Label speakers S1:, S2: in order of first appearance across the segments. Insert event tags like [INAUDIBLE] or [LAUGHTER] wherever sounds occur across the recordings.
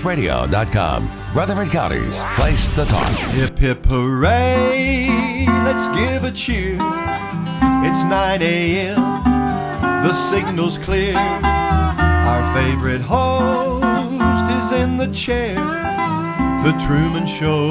S1: WGNSradio.com. Rutherford County's Place to Talk.
S2: Hip hip hooray, let's give a cheer. It's 9 a.m., the signal's clear. Our favorite host is in the chair. The Truman Show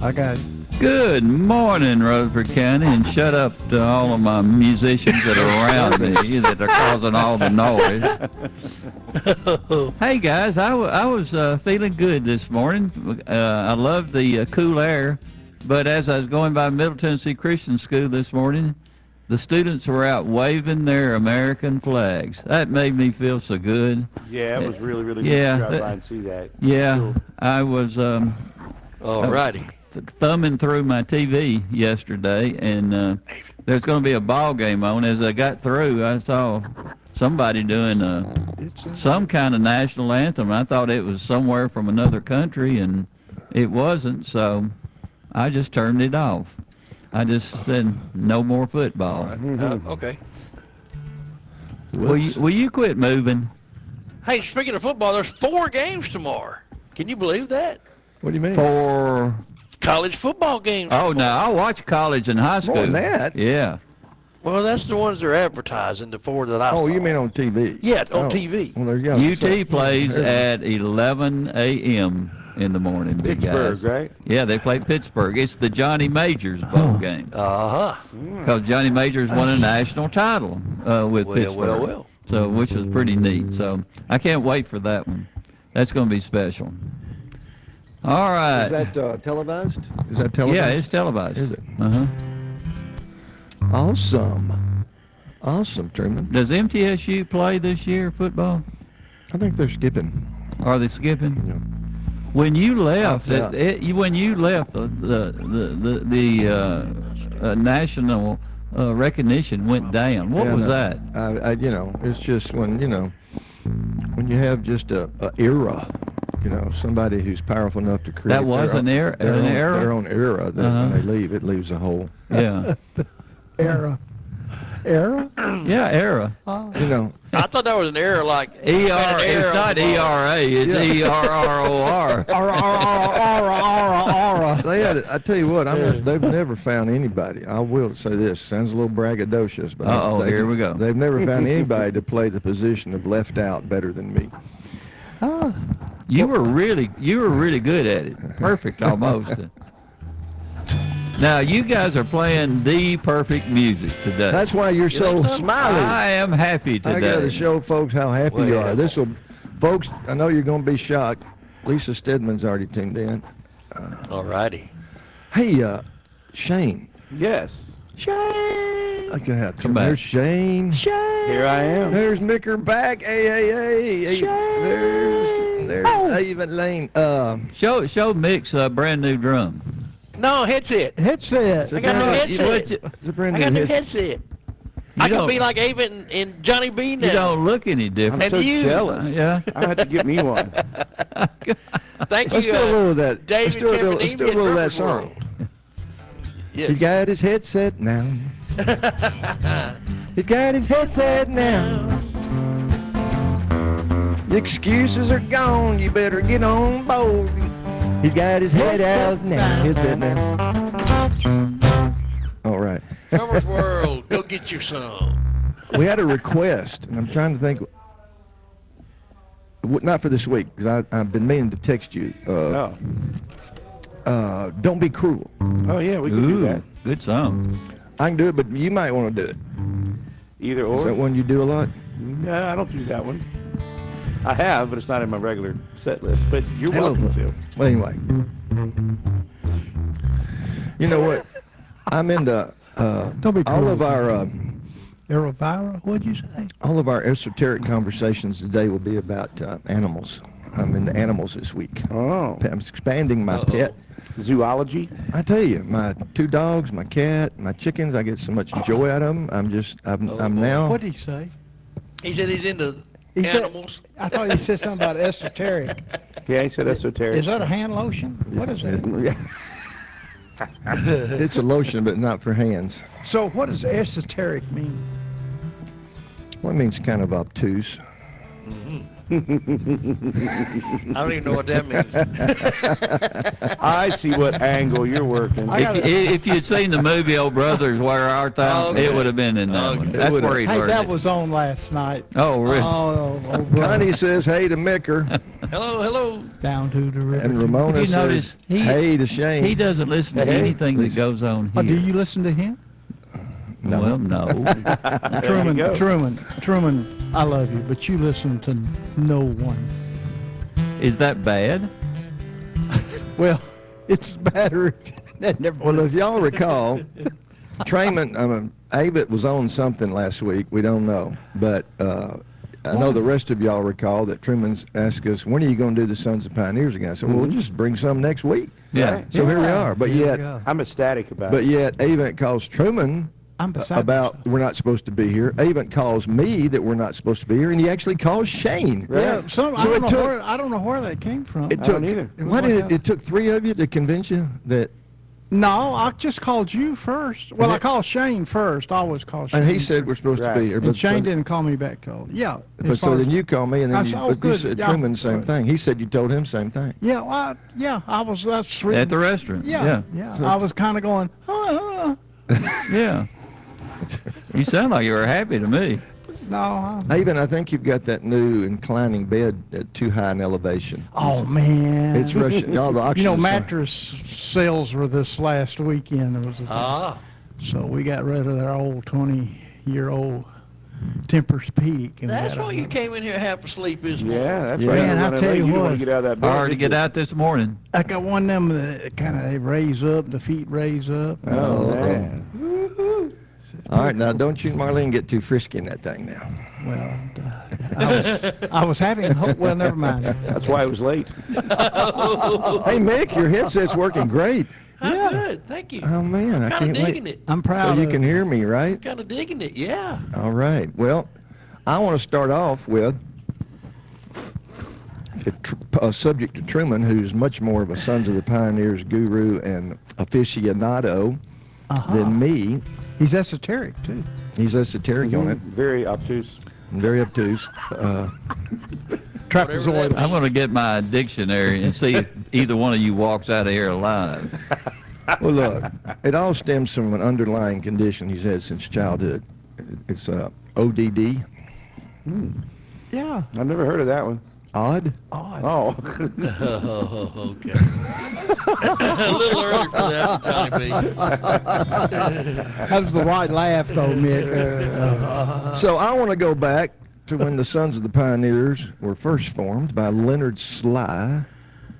S3: I got
S4: Good morning, Rutherford County, and shut up to all of my musicians that are around
S5: [LAUGHS]
S4: me that are causing all the noise. hey guys, I wa- I was uh, feeling good this morning. Uh, I love the uh, cool air, but as I was going by Middle Tennessee Christian School this morning, the students were out waving their American flags. That made me feel so good.
S6: Yeah, it was really, really good
S4: Yeah,
S6: to drive
S4: that-
S6: by and see that.
S4: Yeah, I was. Um,
S5: All righty.
S4: th- thumbing through my TV yesterday, and uh, there's going to be a ball game on. As I got through, I saw somebody doing uh, some kind of national anthem. I thought it was somewhere from another country, and it wasn't. So I just turned it off. I just said no more football.
S5: Uh,
S3: Mm-hmm.
S5: okay.
S4: Will you will you quit moving?
S5: Hey, speaking of football, there's four games tomorrow. Can you believe that?
S3: What do you mean?
S4: For
S5: College football games.
S4: oh no, I watch college and high school.
S3: More than that?
S4: Yeah.
S5: Well, that's the ones they're advertising. The four that I
S3: Oh,
S5: saw.
S3: you mean on TV?
S5: Yeah, on
S3: Oh,
S5: TV.
S3: Well, there you go. So-
S4: UT plays at 11 a.m. in the morning, big
S6: Pittsburgh,
S4: guys.
S6: right?
S4: Yeah, they play Pittsburgh. It's the Johnny Majors
S3: Oh.
S4: bowl game
S5: Uh huh.
S3: Hmm.
S4: because Johnny Majors won a national title uh, with
S5: Well,
S4: Pittsburgh.
S5: well, well.
S4: So, which was pretty neat. So, I can't wait for that one. That's going to be special. All right.
S7: Is that uh, televised?
S3: Is that television?
S4: yeah, it's televised.
S3: Is it?
S4: Uh-huh.
S3: awesome. Awesome, Truman.
S4: Does MTSU play this year football?
S3: I think they're skipping.
S4: Are they skipping?
S3: Yeah.
S4: When you
S3: Oh,
S4: left,
S3: Opt
S4: it,
S3: out.
S4: it, you- when you left, the the the, the, the uh, uh, national uh, recognition went down. What
S3: Yeah,
S4: was
S3: no,
S4: that?
S3: I, I, you know, it's just when you know, when you have just a, a era, you know, somebody who's powerful enough to create
S4: That was
S3: their
S4: an
S3: own-
S4: era-
S3: their
S4: an
S3: own,
S4: era?
S3: their own era. That
S4: Uh-huh.
S3: when they leave, it leaves a hole. [COUGHS]
S4: Yeah,
S3: Era, era.
S4: yeah, era.
S3: You know,
S5: [CLEARS THROAT] I thought that was an error. Like
S4: E R. It's not E R A. It's E R R
S3: [LAUGHS]
S4: O R.
S3: They had, I tell you what, I'm, they've never found anybody. I will say this sounds a little braggadocious, but I-
S4: Uh-oh,
S3: they-
S4: here we go.
S3: They've never found anybody to play the position of left out better than me.
S4: You were really you were really good at
S3: [LAUGHS]
S4: it. Perfect almost. Now you guys are playing the perfect music today.
S3: That's why you're so smiley.
S4: I am happy
S3: I
S4: today.
S3: got to show folks how happy you
S5: Well.
S3: are. This will, folks. I know you're going to be shocked. Lisa Stedman's already tuned in.
S5: All righty.
S3: Hey, uh, Shane.
S6: Yes.
S3: I can have
S4: Come back.
S3: There's Shane.
S6: Here I am.
S3: There's Micker back. Hey, hey, hey. hey. There's there's Avon Lane. Um,
S4: show show Mick's uh, brand new drum.
S5: No headset.
S3: headset.
S5: I got no
S4: You- what
S5: headset.
S4: you-
S3: It's a brand
S5: I
S3: new
S5: got no
S3: headset.
S5: headset. I
S4: You
S5: could be
S4: don't-
S5: like Avon and Johnny B
S4: You
S5: now.
S4: don't look any different.
S6: I'm so
S5: And you-
S6: jealous.
S4: Yeah.
S6: I have to get me one.
S5: Thank
S3: Let's
S5: you.
S3: do a
S5: uh,
S3: little of that. Let's
S5: David
S3: do a little, let's
S5: Cameron
S3: do a little of that
S5: Evans, Rutherford
S3: song.
S5: World.
S3: He
S5: Yes.
S3: got his headset now.
S5: [LAUGHS]
S3: He got his headset now. The excuses are gone. You better get on board. He got his head out now. Headset now. All right.
S5: Summer's World. Go get you some.
S3: we had a request, and I'm trying to think. w- Not for this week, because I've been meaning to text you. Uh,
S6: Oh,
S3: uh, don't be cruel.
S6: oh yeah, we can do that.
S4: Ooh, good song.
S3: I can do it, but you might want to do it.
S6: Either
S3: Is that
S6: or.
S3: one you do a lot?
S6: No, I don't do that one. I have, but it's not in my regular set list. But you're
S3: Hello.
S6: welcome to.
S3: Well, anyway. You know what? I'm into uh,
S8: Don't be
S3: all
S8: cruel.
S3: of our uh,
S8: Elvira, what'd you say?
S3: all of our esoteric conversations today will be about uh, animals. I'm in the animals this week.
S6: Oh,
S3: I'm expanding my
S5: Uh-oh.
S3: pet.
S6: zoology.
S3: I tell you, my two dogs, my cat, my chickens. I get so much joy out of them. I'm just, I'm,
S6: Oh.
S3: I'm now.
S7: What did he say?
S5: He said he's into
S7: He said-
S5: animals.
S7: I thought he said something about esoteric.
S6: Yeah, he said esoteric.
S7: Is that a hand lotion? What is that?
S6: Yeah.
S3: [LAUGHS] It's a lotion, but not for hands.
S7: So what does esoteric mean?
S3: Well, it means kind of obtuse.
S5: Mm-hmm. [LAUGHS] I don't even know what that means.
S6: I see what angle you're working.
S7: I got
S4: If, i- if you'd seen the movie Old Brothers, Where Art Thou,
S5: Okay.
S4: it would have been in that
S5: Okay.
S4: one. That's
S3: would've.
S4: where he
S7: Hey,
S4: learned
S7: that
S4: it.
S7: was on last night.
S4: oh, really?
S7: Oh, oh, brother,
S3: [LAUGHS] Connie says hey to Micker,
S5: hello, hello.
S7: down to the river.
S3: and Ramona
S4: You
S3: says
S4: notice he-
S3: hey to Shane.
S4: he doesn't listen to
S6: Hey,
S4: anything that
S3: listen.
S4: goes on
S7: Oh,
S4: here.
S7: do you listen to him?
S3: No. [LAUGHS]
S7: [LAUGHS]
S4: Well, no.
S6: There you
S7: Truman,
S6: go.
S7: Truman, Truman, I love you, but you listen to no one.
S4: Is that bad?
S7: Well, it's better. that never
S3: Well, if y'all recall, [LAUGHS] Trayman, I mean, Abbott was on something last week. We don't know. But uh, I know the rest of y'all recall that Truman's asked us, when are you going to do the Sons of Pioneers again? I said, well, we'll just bring some next week.
S4: Yeah.
S6: Right.
S3: So here we are. But
S7: Here we
S3: yet,
S7: go.
S6: I'm ecstatic about
S3: but
S6: it.
S3: yet, Avent calls Truman
S7: I'm
S3: uh,
S7: beside
S3: about we're not supposed to be here. Avent calls me that we're not supposed to be here, and he actually calls Shane.
S7: myself. Yeah, some, I,
S3: So
S7: don't
S3: it
S7: know
S3: took-
S7: where, I don't know where that came from.
S3: It
S6: I
S3: took
S6: don't either.
S7: It was
S3: why
S7: like
S3: did it,
S7: a-
S3: it took three of you to convince you that,
S7: no, I just called you first. Well,
S3: And
S7: I
S3: it-
S7: called Shane first. I always call Shane.
S3: and he said we're supposed to
S6: Right.
S3: be here,
S7: And
S3: but
S7: Shane
S3: so-
S7: didn't call me back till yeah.
S3: But
S7: as
S3: so
S7: far as-
S3: then you call me, and then
S7: I
S3: you,
S7: said, "Oh,
S3: but you
S7: good,
S3: said
S7: yeah,
S3: Truman the same
S7: good."
S3: thing. He said you told him same
S7: [LAUGHS]
S3: thing.
S7: yeah, well, I, yeah, I was that's
S4: At the restaurant.
S7: yeah
S4: Yeah.
S7: yeah.
S3: So-
S7: I was kind of going. Huh, huh.
S4: Yeah. you sound like you were happy to me.
S7: No. I,
S3: Even I think you've got that new inclining bed at too high an elevation.
S7: oh man.
S3: It's
S7: [LAUGHS]
S3: Russian. Y'all, the auction
S7: You know,
S3: is fine.
S7: mattress sales were this last weekend. There was a,
S5: Ah,
S7: so we got rid of our old twenty-year-old Tempers Peak. and we
S5: that's
S7: had a-
S5: why you came in here half asleep, isn't it?
S6: Yeah, that's
S3: Yeah.
S6: right.
S7: Man,
S6: You're
S7: I
S6: running
S7: tell
S6: late.
S7: you
S6: don't wanna
S7: what.
S6: get out of that.
S4: I
S6: bed,
S4: already
S6: did
S4: get
S6: you?
S4: out this morning.
S7: I got one of them that kind of they raise up, the feet raise up. Uh,
S6: Oh, man.
S3: All right, now don't you, and Marlene, get too frisky in that thing now.
S7: Well, I
S6: [LAUGHS]
S7: was, I was having hope. Well, never mind.
S6: That's why I was late.
S3: [LAUGHS] Hey, Mick, your headset's working great.
S5: [LAUGHS] I'm good. Thank you.
S3: Oh man, I
S5: kind
S3: can't
S5: of digging
S3: wait.
S5: it.
S7: I'm
S3: So
S7: proud.
S3: you
S7: of,
S3: can hear me, right?
S5: Kind of digging it. Yeah.
S3: All right. Well, I want to start off with a, tr- a subject to Truman, who's much more of a Sons of the Pioneers guru and aficionado than me.
S7: Uh-huh. He's esoteric too.
S3: He's esoteric on it,
S6: Mm-hmm. Very obtuse.
S3: and very obtuse. Uh,
S5: Whatever
S7: Trapezoid.
S5: that
S4: I'm going to get my dictionary and see if either one of you walks out of here alive.
S3: well, look, it all stems from an underlying condition he's had since childhood. It's uh, ODD,
S7: Yeah.
S6: Hmm. I've never heard of that one.
S3: odd.
S6: Oh,
S5: [LAUGHS] Oh, okay. [LAUGHS] a little early for that, Johnny B.
S3: [LAUGHS]
S7: That was the right laugh though, Mick.
S3: So I want to go back to when the Sons of the Pioneers were first formed by Leonard Sly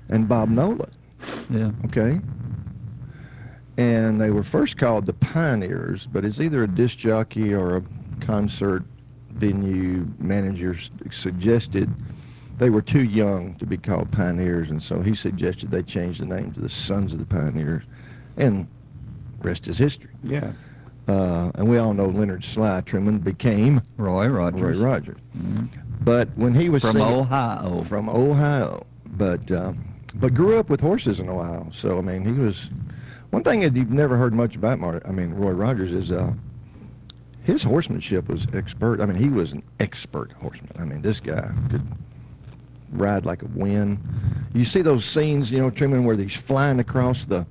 S3: and Bob Nolan.
S4: Yeah.
S3: Okay. And they were first called the Pioneers, but it's either a disc jockey or a concert venue manager s- suggested they were too young to be called Pioneers, and so he suggested they change the name to the Sons of the Pioneers, and rest is history.
S6: yeah.
S3: Uh, and we all know Leonard Sly Truman became
S4: Roy
S3: Roy
S4: Rogers.
S3: Rogers. But when he was
S4: From
S3: singing-
S4: Ohio.
S3: from Ohio, but um, but grew up with horses in Ohio. So I mean, he was one thing that you've never heard much about. Mar- I mean, Roy Rogers is uh, his horsemanship was expert. I mean, he was an expert horseman. I mean, this guy could ride like a wind. You see those scenes, you know, Truman, where he's flying across the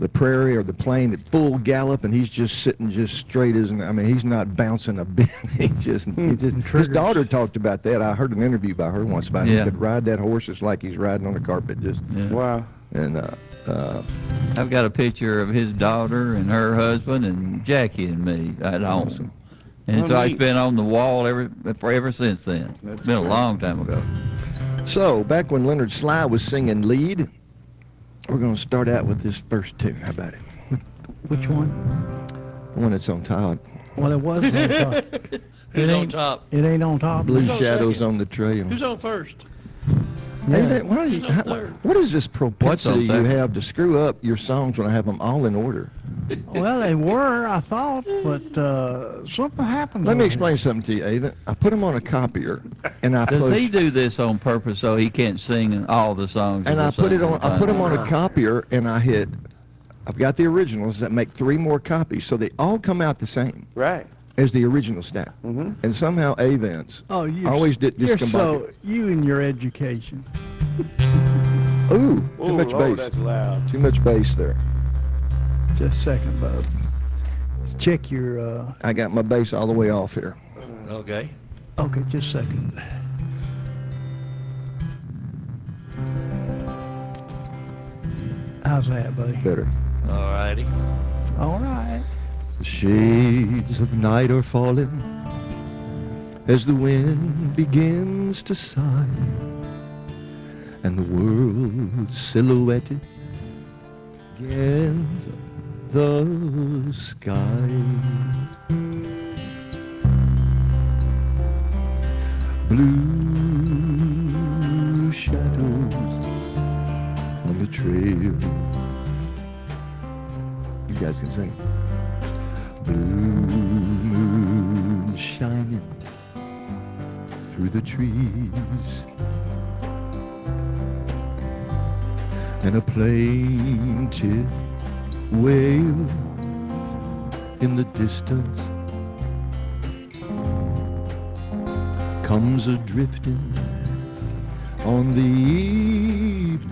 S3: the prairie or the plain at full gallop, and he's just sitting just straight as an. I mean, he's not bouncing a [LAUGHS] bit. he just,
S4: Hmm.
S3: he just his
S7: Triggers.
S3: daughter talked about that. I heard an interview by her once about
S4: Yeah.
S3: he could ride that horse just like he's riding on a carpet, just
S4: Yeah.
S6: Wow.
S3: and uh, uh,
S4: I've got a picture of his daughter and her husband and Jackie and me at home. And
S6: Oh,
S4: so it's
S6: neat.
S4: been on the wall ever forever since then. it's been a long time ago.
S3: So, back when Leonard Sly was singing lead, we're going to start out with this first tune. How about it?
S7: Which one?
S3: The one that's on top.
S7: Well, it was. On top. It
S5: [LAUGHS] Who's on
S7: ain't.
S5: top?
S7: It ain't on top.
S3: Blue
S5: on
S3: Shadows
S5: second?
S3: on the Trail.
S5: Who's on first?
S2: Hey,
S7: Yeah.
S2: that- why do you,
S5: He's up
S2: how-
S5: there.
S2: what is this propensity you
S4: second?
S2: have to screw up your songs when I have them all in order? [LAUGHS]
S7: Well, they were, I thought, but uh, something happened.
S2: Let me
S7: with
S2: explain something to you, Ava. I put them on a copier, and I
S4: Does he
S2: push,
S4: do this on purpose so he can't sing all the songs?
S2: and
S4: at
S2: I
S4: the
S2: put it
S4: same
S2: on. I put them
S4: time?
S2: on a copier, and I hit. I've got the originals that make three more copies, so they all come out the same
S6: Right.
S2: as the original stack.
S6: Mhm.
S2: And somehow Avance
S7: Mm-hmm. Oh, you
S2: always did
S7: You're
S2: discombobulate.
S7: so you and your education.
S2: Ooh, too
S6: Ooh,
S2: much
S6: Lord,
S2: bass.
S6: that's loud.
S2: Too much bass there.
S7: Just a second, Bob. Let's check your. Uh,
S2: I got my bass all the way off here.
S5: Okay.
S7: okay, just a second. How's that, buddy?
S2: Better.
S5: All righty.
S7: All
S5: [LAUGHS]
S7: right.
S2: The shades of night are falling as the wind begins to sigh, and the world silhouetted against the sky. Blue shadows on the trail. You guys can sing blue moon shining through the trees and a plaintive wail in the distance comes a drifting on the evening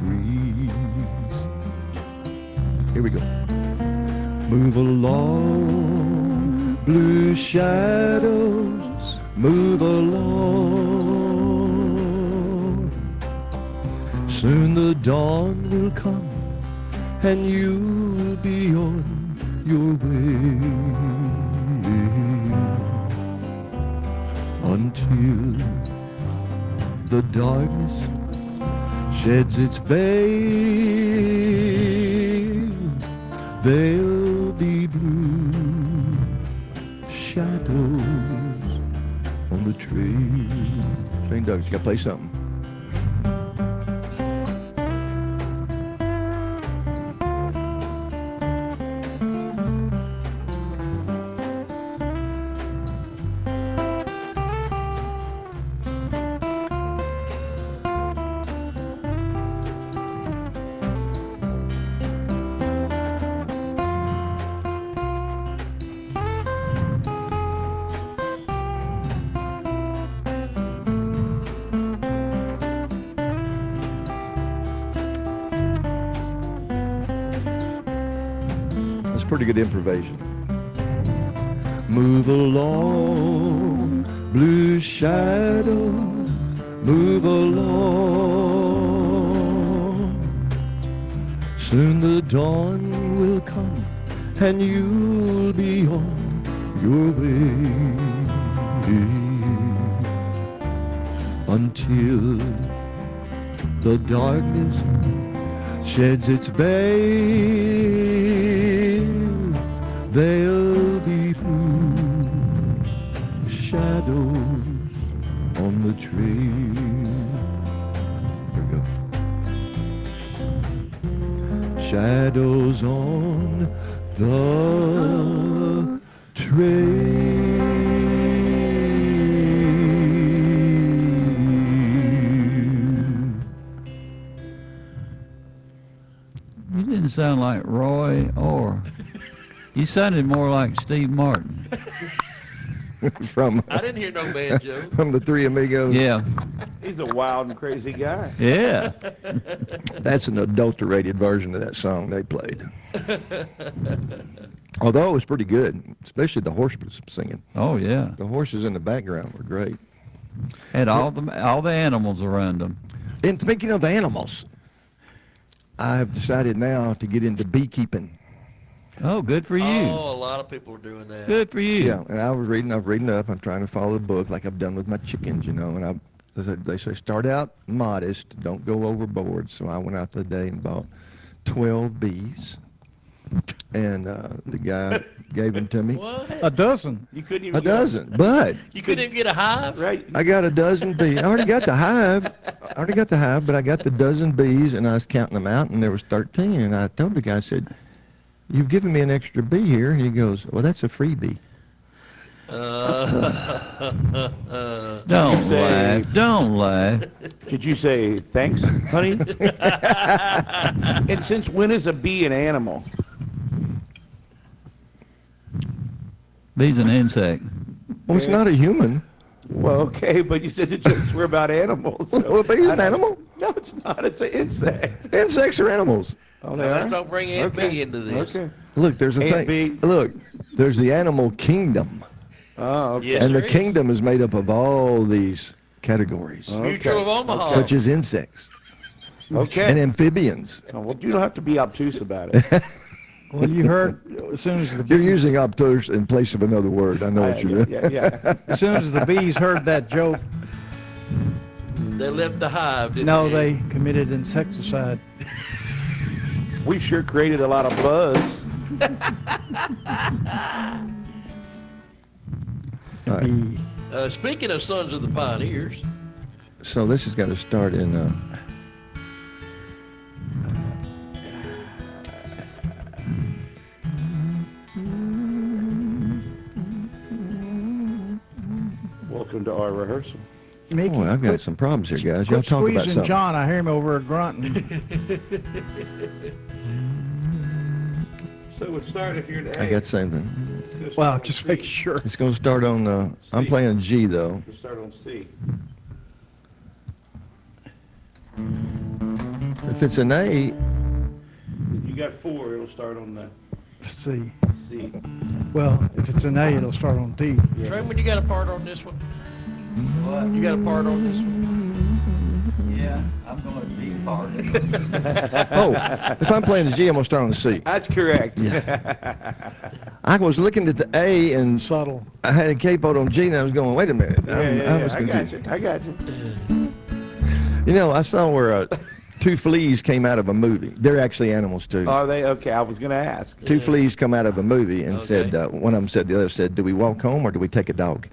S2: breeze. Here we go. Move along, blue shadows, move along. Soon the dawn will come, and you'll be on your way. Until the darkness sheds its veil There'll be blue shadows on the trees. Train dogs, you gotta play something. That's pretty good improvisation. Move along, blue shadow, move along. Soon the dawn will come and you'll be on your way. Until the darkness sheds its veil, there'll be blue shadows on the trees. Here we go. Shadows on the trail.
S4: You didn't sound like Roy Orr. You sounded more like Steve Martin.
S2: [LAUGHS] from
S5: I didn't hear no bad
S6: [LAUGHS]
S5: joke.
S2: [LAUGHS] from the Three Amigos.
S4: Yeah,
S6: He's a wild and crazy guy.
S4: yeah.
S2: [LAUGHS] That's an adulterated version of that song they played. Although it was pretty good, especially the horse was singing.
S4: Oh yeah.
S2: The horses in the background were great.
S4: Had all the all the animals around him.
S2: And speaking of animals, I've decided now to get into beekeeping.
S4: Oh, good for you.
S5: Oh, a lot of people are doing that.
S4: Good for you.
S2: Yeah, and I was reading, I've reading up, I'm trying to follow the book like I've done with my chickens, you know, and I they say- they say start out modest, don't go overboard. So I went out today and bought 12 bees.
S3: and uh, the guy gave them to me.
S5: What?
S7: A dozen.
S6: You couldn't even.
S3: A dozen, but
S5: You couldn't even get a hive?
S6: Right.
S3: I got a dozen bees. I already got the hive. I already got the hive, but I got the dozen bees, and I was counting them out, and there was 13. And I told the guy, I said, "You've given me an extra bee here." He goes, "Well, that's a freebie."
S5: [LAUGHS] Uh,
S4: Don't
S6: Say-
S4: laugh. Don't laugh.
S6: Did you say thanks,
S5: [LAUGHS]
S6: honey? and since when is a bee an animal?
S4: Bees an insect.
S3: Well, it's not a human.
S6: Well, okay, but you said the jokes were about animals. so-
S3: Well, a bee's
S6: I
S3: an
S6: don't-
S3: animal.
S6: No, it's not. It's an insect.
S3: Insects are animals.
S6: Oh,
S5: Now,
S6: they
S5: let's
S6: are?
S5: don't bring Aunt Bee into this.
S6: Okay.
S3: Look, there's a thing.
S6: Ant bee.
S3: Look, there's the animal kingdom,
S6: Oh, okay.
S5: Yes,
S3: and the
S5: there is.
S3: kingdom is made up of all these categories,
S5: Mutual
S6: Okay.
S5: of Omaha.
S3: such as insects and
S6: Okay.
S3: amphibians.
S6: Oh, Well, you don't have to be obtuse about it.
S7: [LAUGHS] Well, you heard as soon as the Uh,
S3: You're
S7: bees,
S3: using obtuse in place of another word. I know what you're
S6: yeah,
S3: doing.
S6: Uh, yeah,
S3: [LAUGHS]
S6: yeah.
S7: as soon as the bees heard that joke,
S5: They left the hive, didn't
S7: no,
S5: they?
S7: they committed insecticide.
S6: [LAUGHS] We sure created a lot of buzz.
S3: All right.
S7: Bee.
S5: [LAUGHS] Uh, speaking of Sons of the Pioneers,
S3: So this is going to start in. Uh,
S6: Welcome to our rehearsal.
S7: Mickey,
S3: boy, I've got
S7: quit-
S3: some problems here, guys. Y'all
S7: quit
S3: talk about
S7: squeezing
S3: something.
S7: John. I hear him over there grunting.
S6: [LAUGHS]
S8: So it started if you're an A.
S3: I got the same thing.
S8: It's gonna
S7: well,
S8: start
S7: just
S8: on
S7: make
S8: C.
S7: sure.
S3: It's going to start on. Uh, I'm
S8: C.
S3: playing G though.
S8: It'll start on C.
S3: If it's an A,
S8: If you got four, it'll start on the
S7: Let's see.
S8: C.
S7: Well, if it's an A, it'll start on D.
S5: Trayman, you got a part on this one? What? You got a part on this one?
S6: [LAUGHS]
S4: Yeah, I'm going to be part of
S5: [LAUGHS]
S4: it.
S7: [LAUGHS]
S3: oh, if I'm playing the G, I'm going to start on the C.
S6: That's correct. [LAUGHS]
S3: I was looking at the A and
S7: Subtle.
S3: I had a capote on G, and I was going, wait a minute.
S6: Yeah,
S3: I'm-
S6: yeah,
S3: I was
S6: yeah, I
S3: confused.
S6: got you. I got you.
S3: You know, I saw where uh, two fleas came out of a movie. They're actually animals too.
S6: Are they okay? I was gonna ask.
S3: two fleas come out of a movie and said, uh,
S5: Okay.
S3: one of them said, the other said, do we walk home or do we take a dog?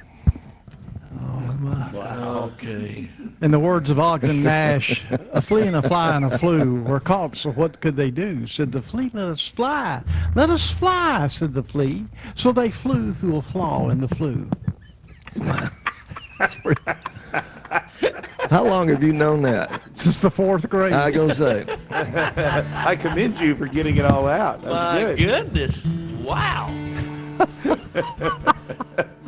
S5: Wow. Okay.
S7: In the words of Ogden Nash, a flea and a fly and a flew were caught, so what could they do? Said the flea, let us fly. Let us fly, said the flea. So they flew through a flaw in the flue.
S3: How long have you known that?
S7: Since the fourth grade.
S3: I go say.
S6: [LAUGHS] I commend you for getting it all out. That was
S5: My
S6: good.
S5: goodness.
S6: [LAUGHS]
S5: Wow.
S4: You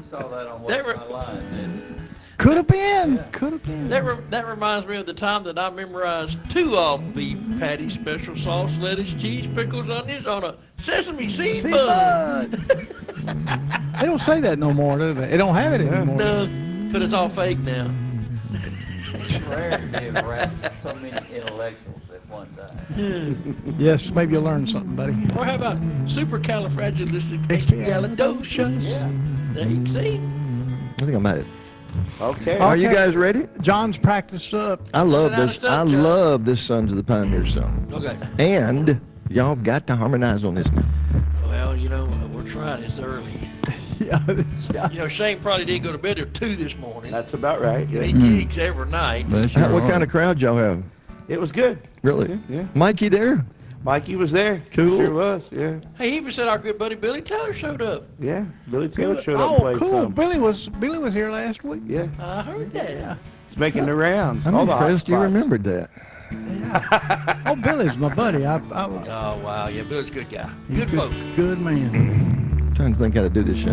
S4: saw that on
S5: They were-
S4: my line, didn't
S7: Could have been. Could have been.
S5: That, re- that reminds me of the time that I memorized two all-beef patty special sauce, lettuce, cheese, pickles, onions on a sesame seed
S7: See,
S5: bun.
S7: bud. they don't say that no more, do they? They don't have it anymore.
S5: No, but it's all fake now.
S4: it? Rare to be around so many intellectuals at one time.
S7: Yes, maybe you'll learn something, buddy.
S5: Or how about supercalifragilisticexpialidocious? There you see.
S3: I think I'm at it.
S6: Okay.
S3: Are you
S7: Okay.
S3: guys ready?
S7: John's practice up.
S3: I love
S5: Running out of
S3: this. I
S5: stuff, Joe.
S3: love this Sons of the Pioneers song.
S5: Okay.
S3: And y'all got to harmonize on this now.
S5: Well, you know, uh, we're trying. It's early.
S7: yeah, yeah.
S5: You know, Shane probably didn't go to bed till two this morning.
S6: That's about right.
S5: You know,
S6: Yeah.
S7: Mm-hmm.
S5: he gigs every night.
S4: Bless
S3: How-
S4: your
S3: what
S4: heart.
S3: kind of crowd y'all have?
S6: It was good.
S3: Really?
S6: Yeah.
S3: Mikey there?
S6: Mikey was there.
S3: Cool.
S6: Sure was. Yeah.
S5: Hey, he even said our good buddy Billy Taylor showed up.
S6: Yeah. Billy Taylor showed up and
S7: Oh,
S6: played
S7: cool.
S6: some.
S7: Billy was Billy was here last week.
S6: Yeah.
S5: I heard that.
S6: He's making the rounds.
S3: I'm
S6: all the hot
S3: impressed you
S6: spots.
S3: remembered that.
S7: Oh, Billy's my buddy. I, I,
S5: Oh, wow. Yeah, Billy's a good guy.
S7: He's
S5: Good folk.
S7: Good man.
S6: [LAUGHS]
S3: I'm trying to think how to do this shit.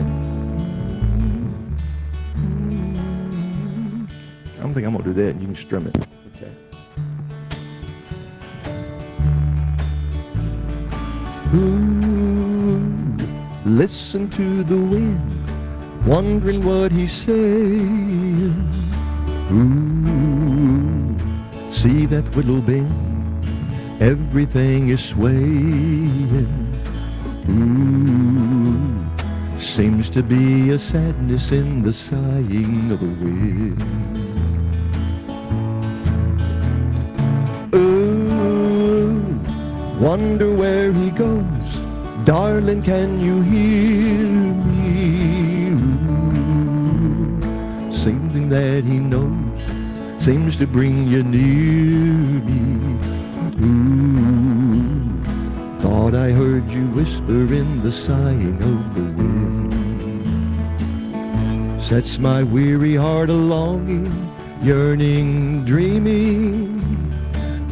S3: I don't think I'm gonna do that. You can strum it.
S6: Okay.
S3: Ooh, listen to the wind, wondering what he's saying. Ooh, see that willow bend, everything is swaying. Ooh, seems to be a sadness in the sighing of the wind. Ooh, wonder where he goes,
S2: Darling, can you hear me? Same thing that he knows seems to bring you near me. Ooh, thought I heard you whisper in the sighing of the wind. Sets my weary heart a longing, yearning, dreaming.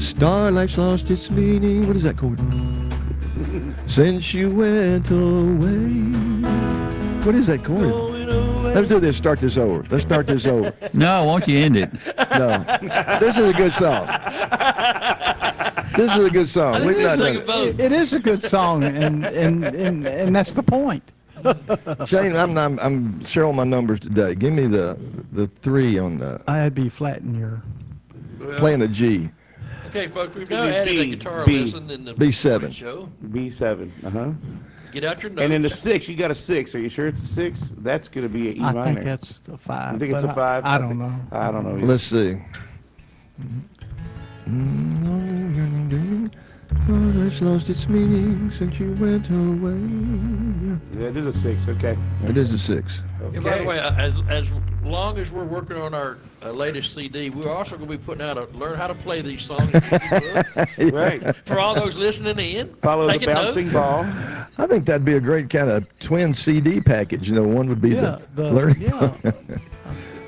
S2: Starlight's lost its meaning. What is that chord? Since you went away. What is that chord? Let's do this. Start this over. Let's start this over.
S3: [LAUGHS] No, won't you end it?
S2: No. This is a good song. This is a good
S5: I
S3: Oh,
S2: song.
S5: think
S2: We've
S5: this
S2: not
S5: thing
S2: done it.
S5: about
S7: It is a good song, and, and, and, and that's the point.
S2: Shane, I'm, I'm, I'm sharing my numbers today. Give me the, the three on the
S7: I'd be flatting your.
S2: playing a G.
S5: okay, folks. We've
S9: gonna
S5: now
S9: be
S5: added a
S9: B,
S5: guitar
S6: B,
S5: lesson in the
S2: B7.
S5: show.
S6: B7. Uh huh.
S5: Uh-huh. Get out your notes.
S6: And then the six, you got a six. Are you sure it's a six? That's going to be an E
S7: I
S6: minor.
S7: think that's the five.
S6: you think it's
S7: but
S6: a five?
S7: I, I don't
S6: think-
S7: know.
S6: I don't know. either.
S2: Let's see. It's lost its meaning since you went away.
S6: Yeah, it is a six. Okay.
S2: It is a six.
S5: Yeah, by the
S6: okay.
S5: way, uh, as, as long as we're working on our uh, latest CD, we're also going to be putting out a learn how to play these songs
S6: Right.
S5: for all those listening in.
S6: Follow the
S5: taking notes.
S6: bouncing ball.
S2: I think that'd be a great kind of twin CD package. You know, one would be
S7: Yeah,
S2: the,
S7: the-
S2: learning.
S3: [LAUGHS]
S7: yeah.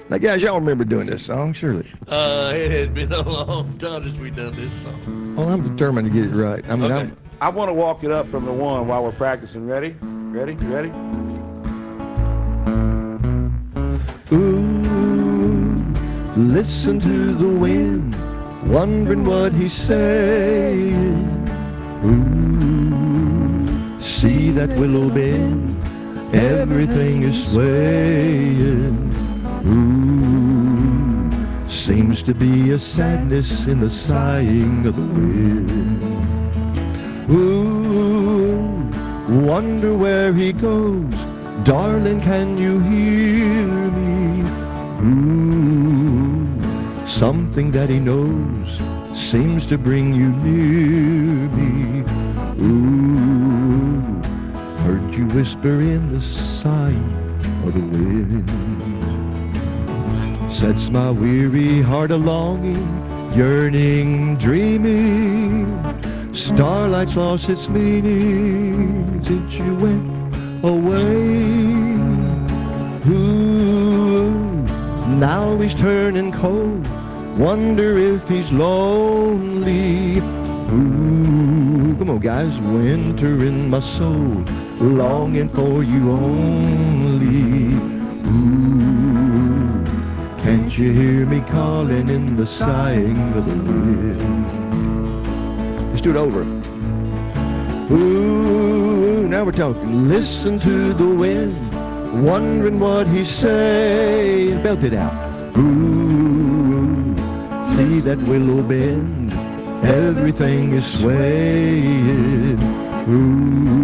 S2: now, guys, y'all remember doing this song, surely?
S5: Uh, [LAUGHS] it had been a long time since we done this song.
S2: Well, I'm determined to get it right. I mean,
S5: Okay.
S6: I want to walk it up from the one while we're practicing. Ready? Ready? Ready?
S2: I'm. Ooh, listen to the wind, wondering what he's saying. Ooh, see that willow bend, everything is swaying. Ooh, seems to be a sadness in the sighing of the wind. Ooh, wonder where he goes. Darling, can you hear me? Ooh, something that he knows seems to bring you near me. Ooh, heard you whisper in the sighing of the wind. Sets my weary heart a longing, yearning, dreaming. Starlight's lost its meaning since you went away. Ooh, now he's turning cold. Wonder if he's lonely. Ooh, come on, guys, winter in my soul, longing for you only. Ooh, can't you hear me calling in the sighing of the wind? Let's do it over. Ooh, now we're talking. Listen to the wind, wondering what he's saying. Belt it out. Ooh, see that willow bend, everything is swaying. Ooh,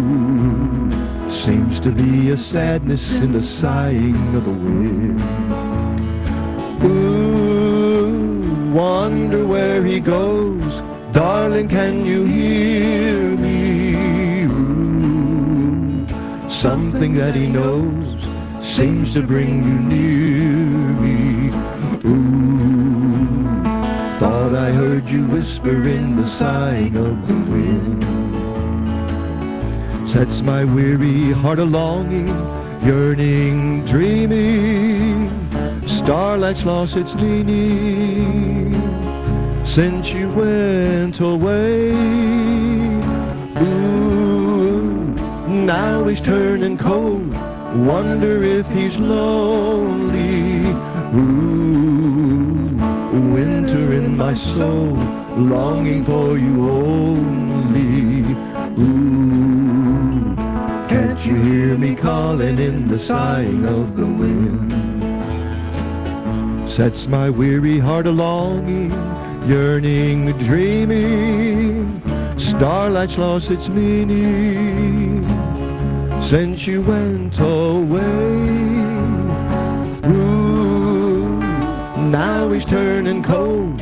S2: seems to be a sadness in the sighing of the wind. Ooh, wonder where he goes. Darling, can you hear me? Ooh, something that he knows seems to bring you near me. Ooh, thought I heard you whisper in the sighing of the wind. Sets my weary heart a longing, yearning, dreaming. Starlight's lost its meaning since you went away. Ooh, now he's turning cold. Wonder if he's lonely. Ooh, winter in my soul, longing for you only. Ooh, can't you hear me calling in the sighing of the wind? sets my weary heart a longing, yearning, dreaming. Starlight's lost its meaning since you went away. Ooh, now he's turning cold.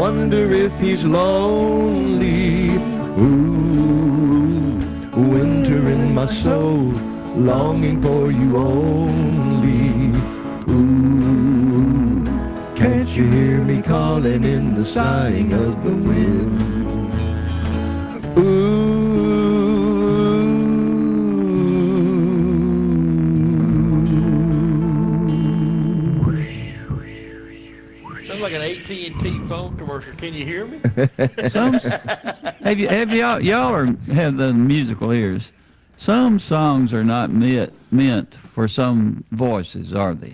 S2: Wonder if he's lonely. Ooh,
S3: winter in my soul, longing for you only. Ooh, can't you hear me calling in the sighing of the wind?
S5: Sounds like an AT&T phone commercial. Can you hear me?
S4: [LAUGHS] Some, s- have you, have y'all, y'all are, have the musical ears. Some songs are not meant, meant for some voices,
S5: [LAUGHS]
S4: are they?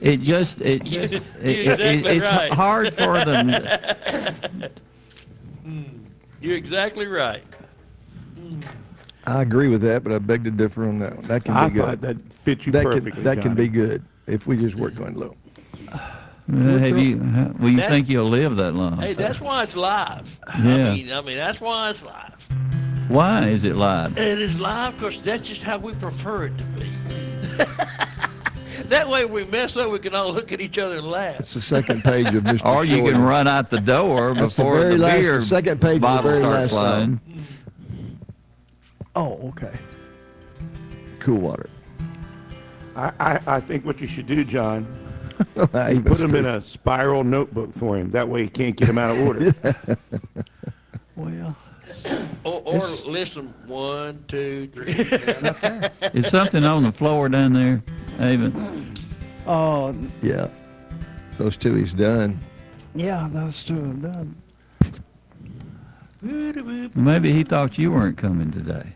S4: It just, it just, it,
S5: You're
S4: it- it-
S5: exactly
S4: it's
S5: right.
S4: hard
S5: [LAUGHS]
S4: for them. Uh,
S5: Hmm. You're exactly right.
S3: I agree with that, but I beg to differ on that one. That can
S6: I
S3: be good.
S6: thought that fit you
S3: that
S6: perfectly.
S3: can, that can be
S6: Johnny.
S3: good if we just work on it a little.
S4: Uh, Have you, uh, well, you
S5: That-
S4: think you'll live that long?
S5: Hey, that's why it's live.
S4: Yeah.
S5: I mean, I mean, that's why it's live.
S4: Why is it live?
S5: It is live because that's just how we prefer it to be. [LAUGHS] that way we mess up, we can all look at each other and laugh.
S3: It's the second page of Mr.
S4: [LAUGHS] Or you can
S3: Shorter.
S4: run out the door
S3: That's the
S4: before
S3: very
S4: the
S3: last-
S4: beer
S3: the second page of the
S4: bottle
S3: very last
S4: starts
S3: song.
S4: flying.
S7: Oh, okay.
S3: cool water.
S6: I, I, I think what you should do, [LAUGHS] John,
S3: I even
S6: put him in
S3: screwed-
S6: a spiral notebook for him. That way he can't get him out of order. [LAUGHS]
S7: Well,
S5: Or, or listen, one, two,
S4: [LAUGHS]
S5: three.
S4: Is something on the floor down there, Avon?
S7: uh,
S3: Yeah. Those two he's done.
S7: yeah, that's two of them.
S4: Maybe he thought you weren't coming today.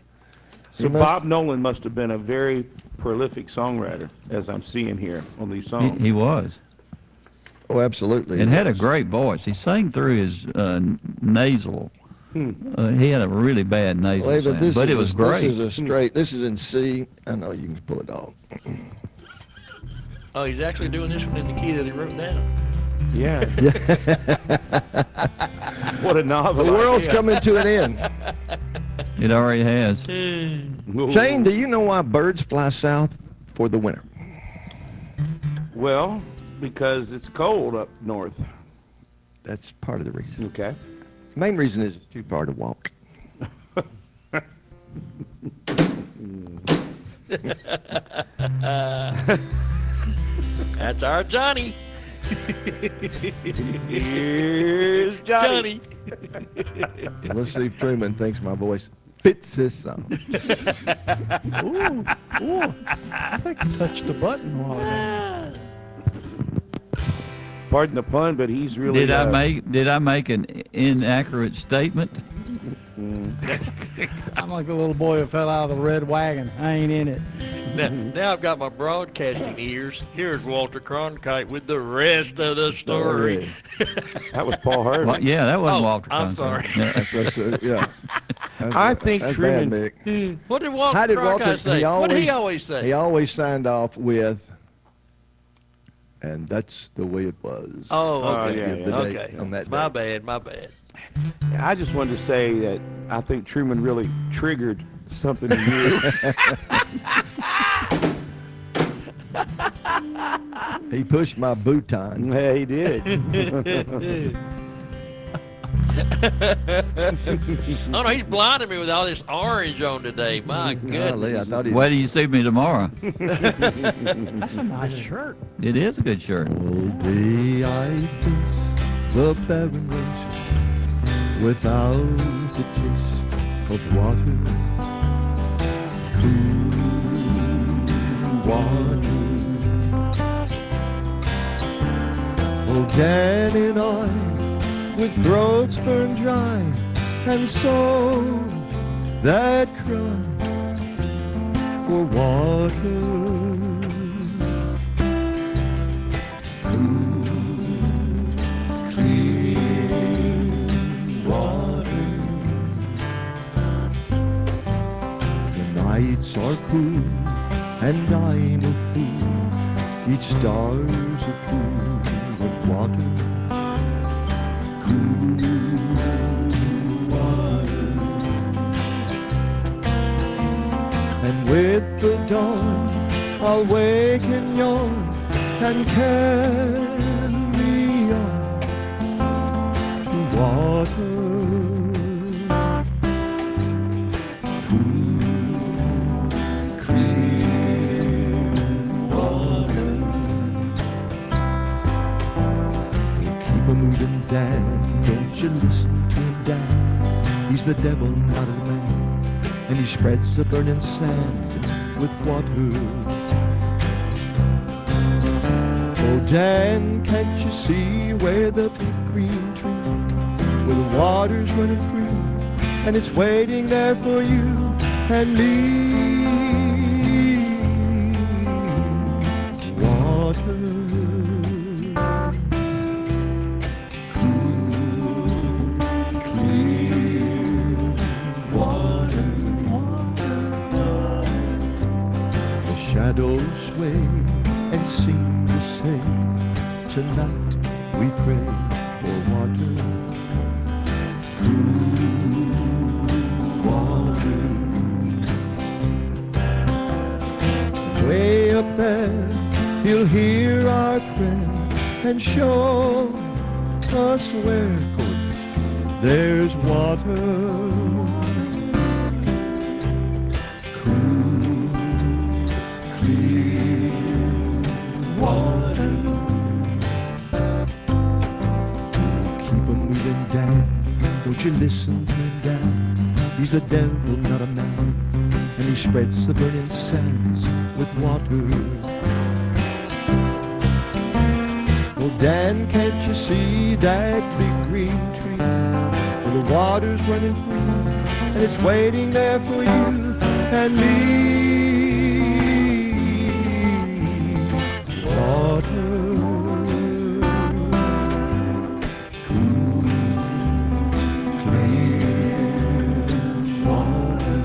S6: So
S3: He must-
S6: Bob Nolan must have been a very prolific songwriter, as I'm seeing here on these
S4: He,
S6: songs.
S4: he was.
S3: Oh, absolutely.
S4: And had a great voice. He sang through his uh, n- nasal. Uh, he had a really bad nasal
S3: Hmm. Well, but
S4: sound,
S3: this
S4: but
S3: is
S4: it was
S3: a,
S4: great.
S3: This is a straight. This is in C. I know you can pull it off.
S5: oh, he's actually doing this one in the key that he wrote down.
S3: [LAUGHS]
S6: yeah. what a novel.
S3: The world's
S6: idea.
S3: coming to an end.
S4: [LAUGHS] it already has.
S6: Ooh.
S3: Shane, do you know why birds fly south for the winter? Mm-hmm.
S6: Well, because it's cold up north.
S3: That's part of the reason.
S6: Okay.
S3: The main reason is it's too far to walk.
S5: [LAUGHS] That's our Johnny.
S6: Here's Johnny.
S5: Johnny.
S3: Let's see if Truman thinks my voice fits this song.
S7: Ooh, ooh. I think I touched the button a while ago.
S6: Pardon the pun, but he's really.
S4: Did I
S6: uh,
S4: make Did I make an inaccurate statement?
S3: Hmm.
S7: I'm like the little boy who fell out of the red wagon. I ain't in it.
S5: Now, now I've got my broadcasting ears. Here's Walter Cronkite with the rest of the story.
S6: That was Paul Harvey.
S4: Well, yeah, that wasn't
S5: Oh,
S4: Walter.
S5: I'm
S4: Cronkite.
S5: sorry.
S4: Yeah.
S3: That's, uh,
S6: [LAUGHS]
S3: yeah. That's-
S6: I think
S3: that's
S6: Truman-
S3: Bad, Mick.
S5: Hmm. What did Walter
S3: How did
S5: Cronkite
S3: Walter?
S5: say?
S3: He always,
S5: what did he always say?
S3: He always signed off with, and that's the way it was.
S5: oh,
S6: Oh,
S5: okay.
S6: yeah,
S3: Give the
S6: yeah.
S3: date
S5: okay.
S3: on that
S5: my
S3: day.
S5: bad, my bad. [LAUGHS]
S6: I just wanted to say that I think Truman really triggered something in you.
S3: He pushed my bouton.
S6: [LAUGHS] yeah, he did.
S5: [LAUGHS]
S6: [LAUGHS]
S5: Oh no, he's blinding me with all this orange on today. My
S3: Golly, I
S5: goodness.
S3: thought he.
S4: Wait till you see me tomorrow.
S7: [LAUGHS]
S3: [LAUGHS]
S7: That's a nice shirt.
S4: [LAUGHS] It is a good shirt.
S3: Oh, day I taste the barren waste without the taste of water. Cool water. Oh, Dan and I, with throats burned dry, and so that cry for water. water. The nights are cool, and I'm a fool. Each star's a pool of water. Cool water. And with the dawn, I'll wake and yawn and carry on to water. Cool
S2: socialist turned down. He's the devil, not a man, and he spreads the burning sand with water. Oh, Dan, can't you see where the big green tree, where the water's running free, and it's waiting there for you and me? Water. Cool, clear water. The shadows sway and seem to say, Tonight we pray for water. Cool water. Way up there, he'll hear our prayer and show us where good there's water. water. Keep on moving down. Don't you listen to him down. He's the devil, not a man. And he spreads the burning sands with water. Well, Dan, can't you see that big green tree? Where the water's running free. And it's waiting there for you and me water. Cool, clear water.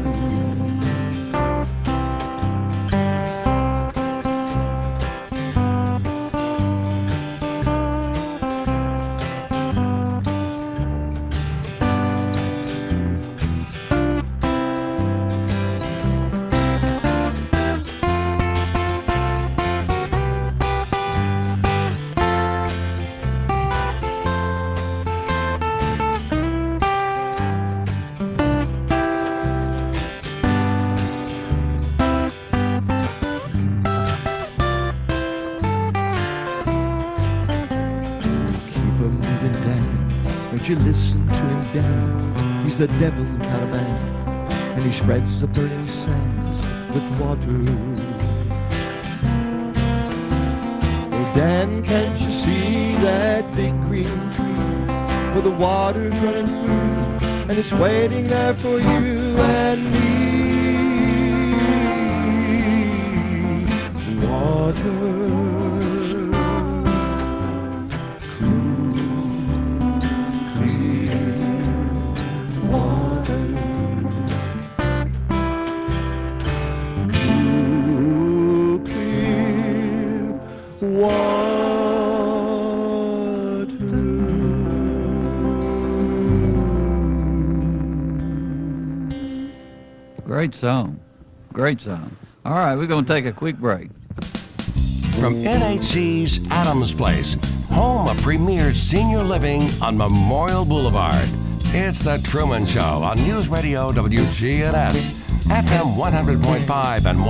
S2: Keep on moving down. Don't you listen to him down. He's the devil kind of man. And he spreads the burning sands with water. Oh, Dan, can't you see that big green tree where the water's running through and it's waiting there for you and me? Water.
S4: Great song. Great song. All right, we're going to take a quick break.
S1: From NHC's Adams Place, home of premier senior living on Memorial Boulevard. It's The Truman Show on News Radio WGNS, FM 100.5 and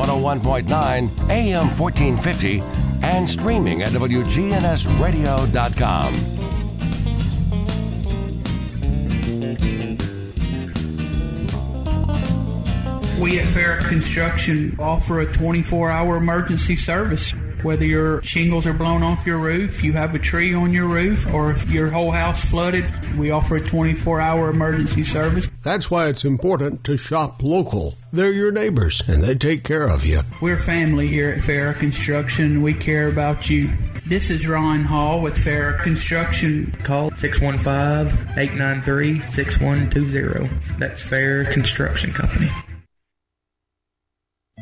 S1: 101.9, AM 1450, and streaming at WGNSradio.com.
S10: We at Ferret Construction offer a 24 hour emergency service. Whether your shingles are blown off your roof, you have a tree on your roof, or if your whole house flooded, we offer a 24 hour emergency service.
S11: That's why it's important to shop local. They're your neighbors and they take care of you.
S10: We're family here at Farrah Construction. We care about you. This is Ron Hall with Farrah Construction.
S12: Call 615-893-6120. That's Fair Construction Company.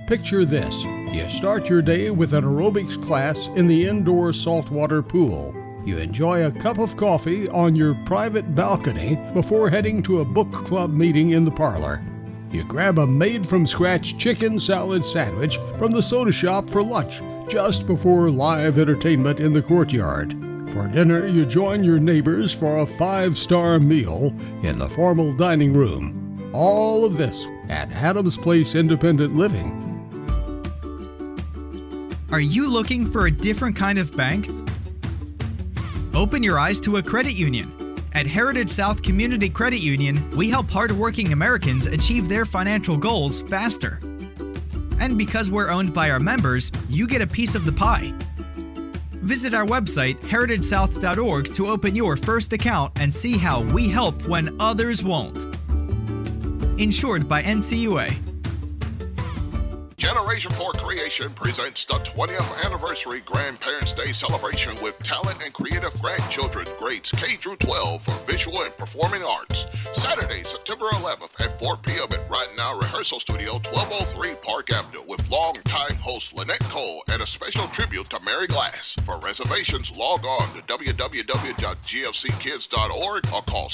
S11: Picture this you start your day with an aerobics class in the indoor saltwater pool. You enjoy a cup of coffee on your private balcony before heading to a book club meeting in the parlor. You grab a made from scratch chicken salad sandwich from the soda shop for lunch just before live entertainment in the courtyard. For dinner, you join your neighbors for a five star meal in the formal dining room. All of this at Adams Place Independent Living.
S13: Are you looking for a different kind of bank? Open your eyes to a credit union. At Heritage South Community Credit Union, we help hardworking Americans achieve their financial goals faster. And because we're owned by our members, you get a piece of the pie. Visit our website, heritagesouth.org, to open your first account and see how we help when others won't. Insured by NCUA.
S14: Generation 4 Creation presents the 20th anniversary Grandparents Day celebration with talent and creative grandchildren grades K through 12 for visual and performing arts. Saturday, September 11th at 4 p.m. at Right Now Rehearsal Studio 1203 Park Avenue with longtime host Lynette Cole and a special tribute to Mary Glass. For reservations, log on to www.gfckids.org or call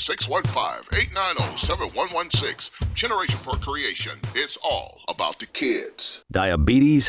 S14: 615-890-7116. Generation 4 Creation. It's all about the kids.
S15: Diabetes,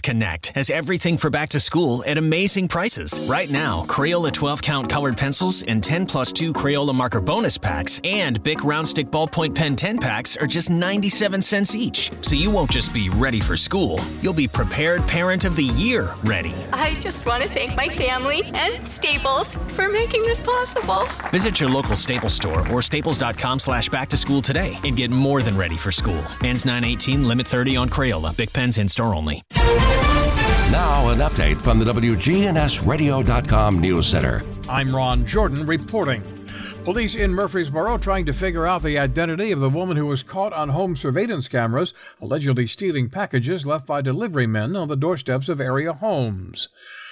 S16: Connect has everything for back to school at amazing prices. Right now, Crayola 12 count colored pencils and 10 plus 2 Crayola marker bonus packs and Bic Roundstick ballpoint pen 10 packs are just 97 cents each. So you won't just be ready for school, you'll be prepared parent of the year ready.
S17: I just want to thank my family and Staples for making this possible.
S16: Visit your local Staples store or staples.com slash back to school today and get more than ready for school. Ends 918, limit 30 on Crayola. Bic pens in store only.
S1: Now, an update from the WGNSradio.com News Center.
S18: I'm Ron Jordan reporting. Police in Murfreesboro trying to figure out the identity of the woman who was caught on home surveillance cameras, allegedly stealing packages left by delivery men on the doorsteps of area homes.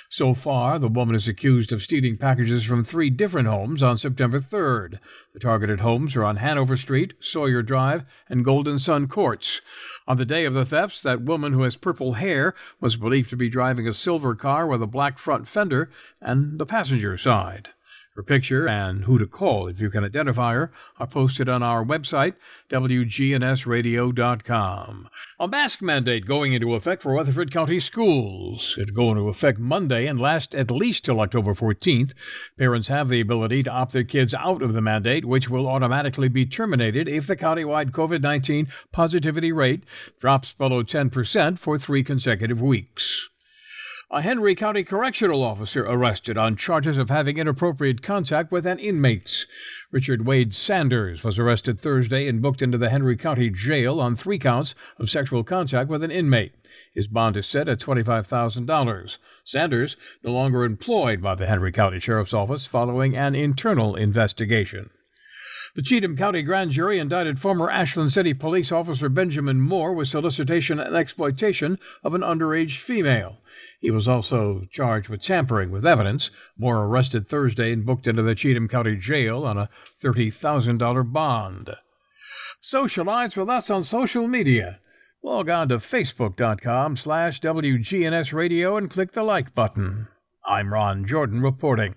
S18: So far, the woman is accused of stealing packages from three different homes on September 3rd. The targeted homes are on Hanover Street, Sawyer Drive, and Golden Sun Courts. On the day of the thefts, that woman who has purple hair was believed to be driving a silver car with a black front fender and the passenger side. Her picture and who to call if you can identify her are posted on our website, WGNSradio.com. A mask mandate going into effect for Rutherford County schools. It'll go into effect Monday and last at least till October 14th. Parents have the ability to opt their kids out of the mandate, which will automatically be terminated if the countywide COVID 19 positivity rate drops below 10% for three consecutive weeks. A Henry County correctional officer arrested on charges of having inappropriate contact with an inmate. Richard Wade Sanders was arrested Thursday and booked into the Henry County Jail on three counts of sexual contact with an inmate. His bond is set at $25,000. Sanders, no longer employed by the Henry County Sheriff's Office following an internal investigation. The Cheatham County Grand Jury indicted former Ashland City Police Officer Benjamin Moore with solicitation and exploitation of an underage female. He was also charged with tampering with evidence. Moore arrested Thursday and booked into the Cheatham County Jail on a $30,000 bond. Socialize with us on social media. Log on to facebook.com slash WGNSradio and click the like button. I'm Ron Jordan reporting.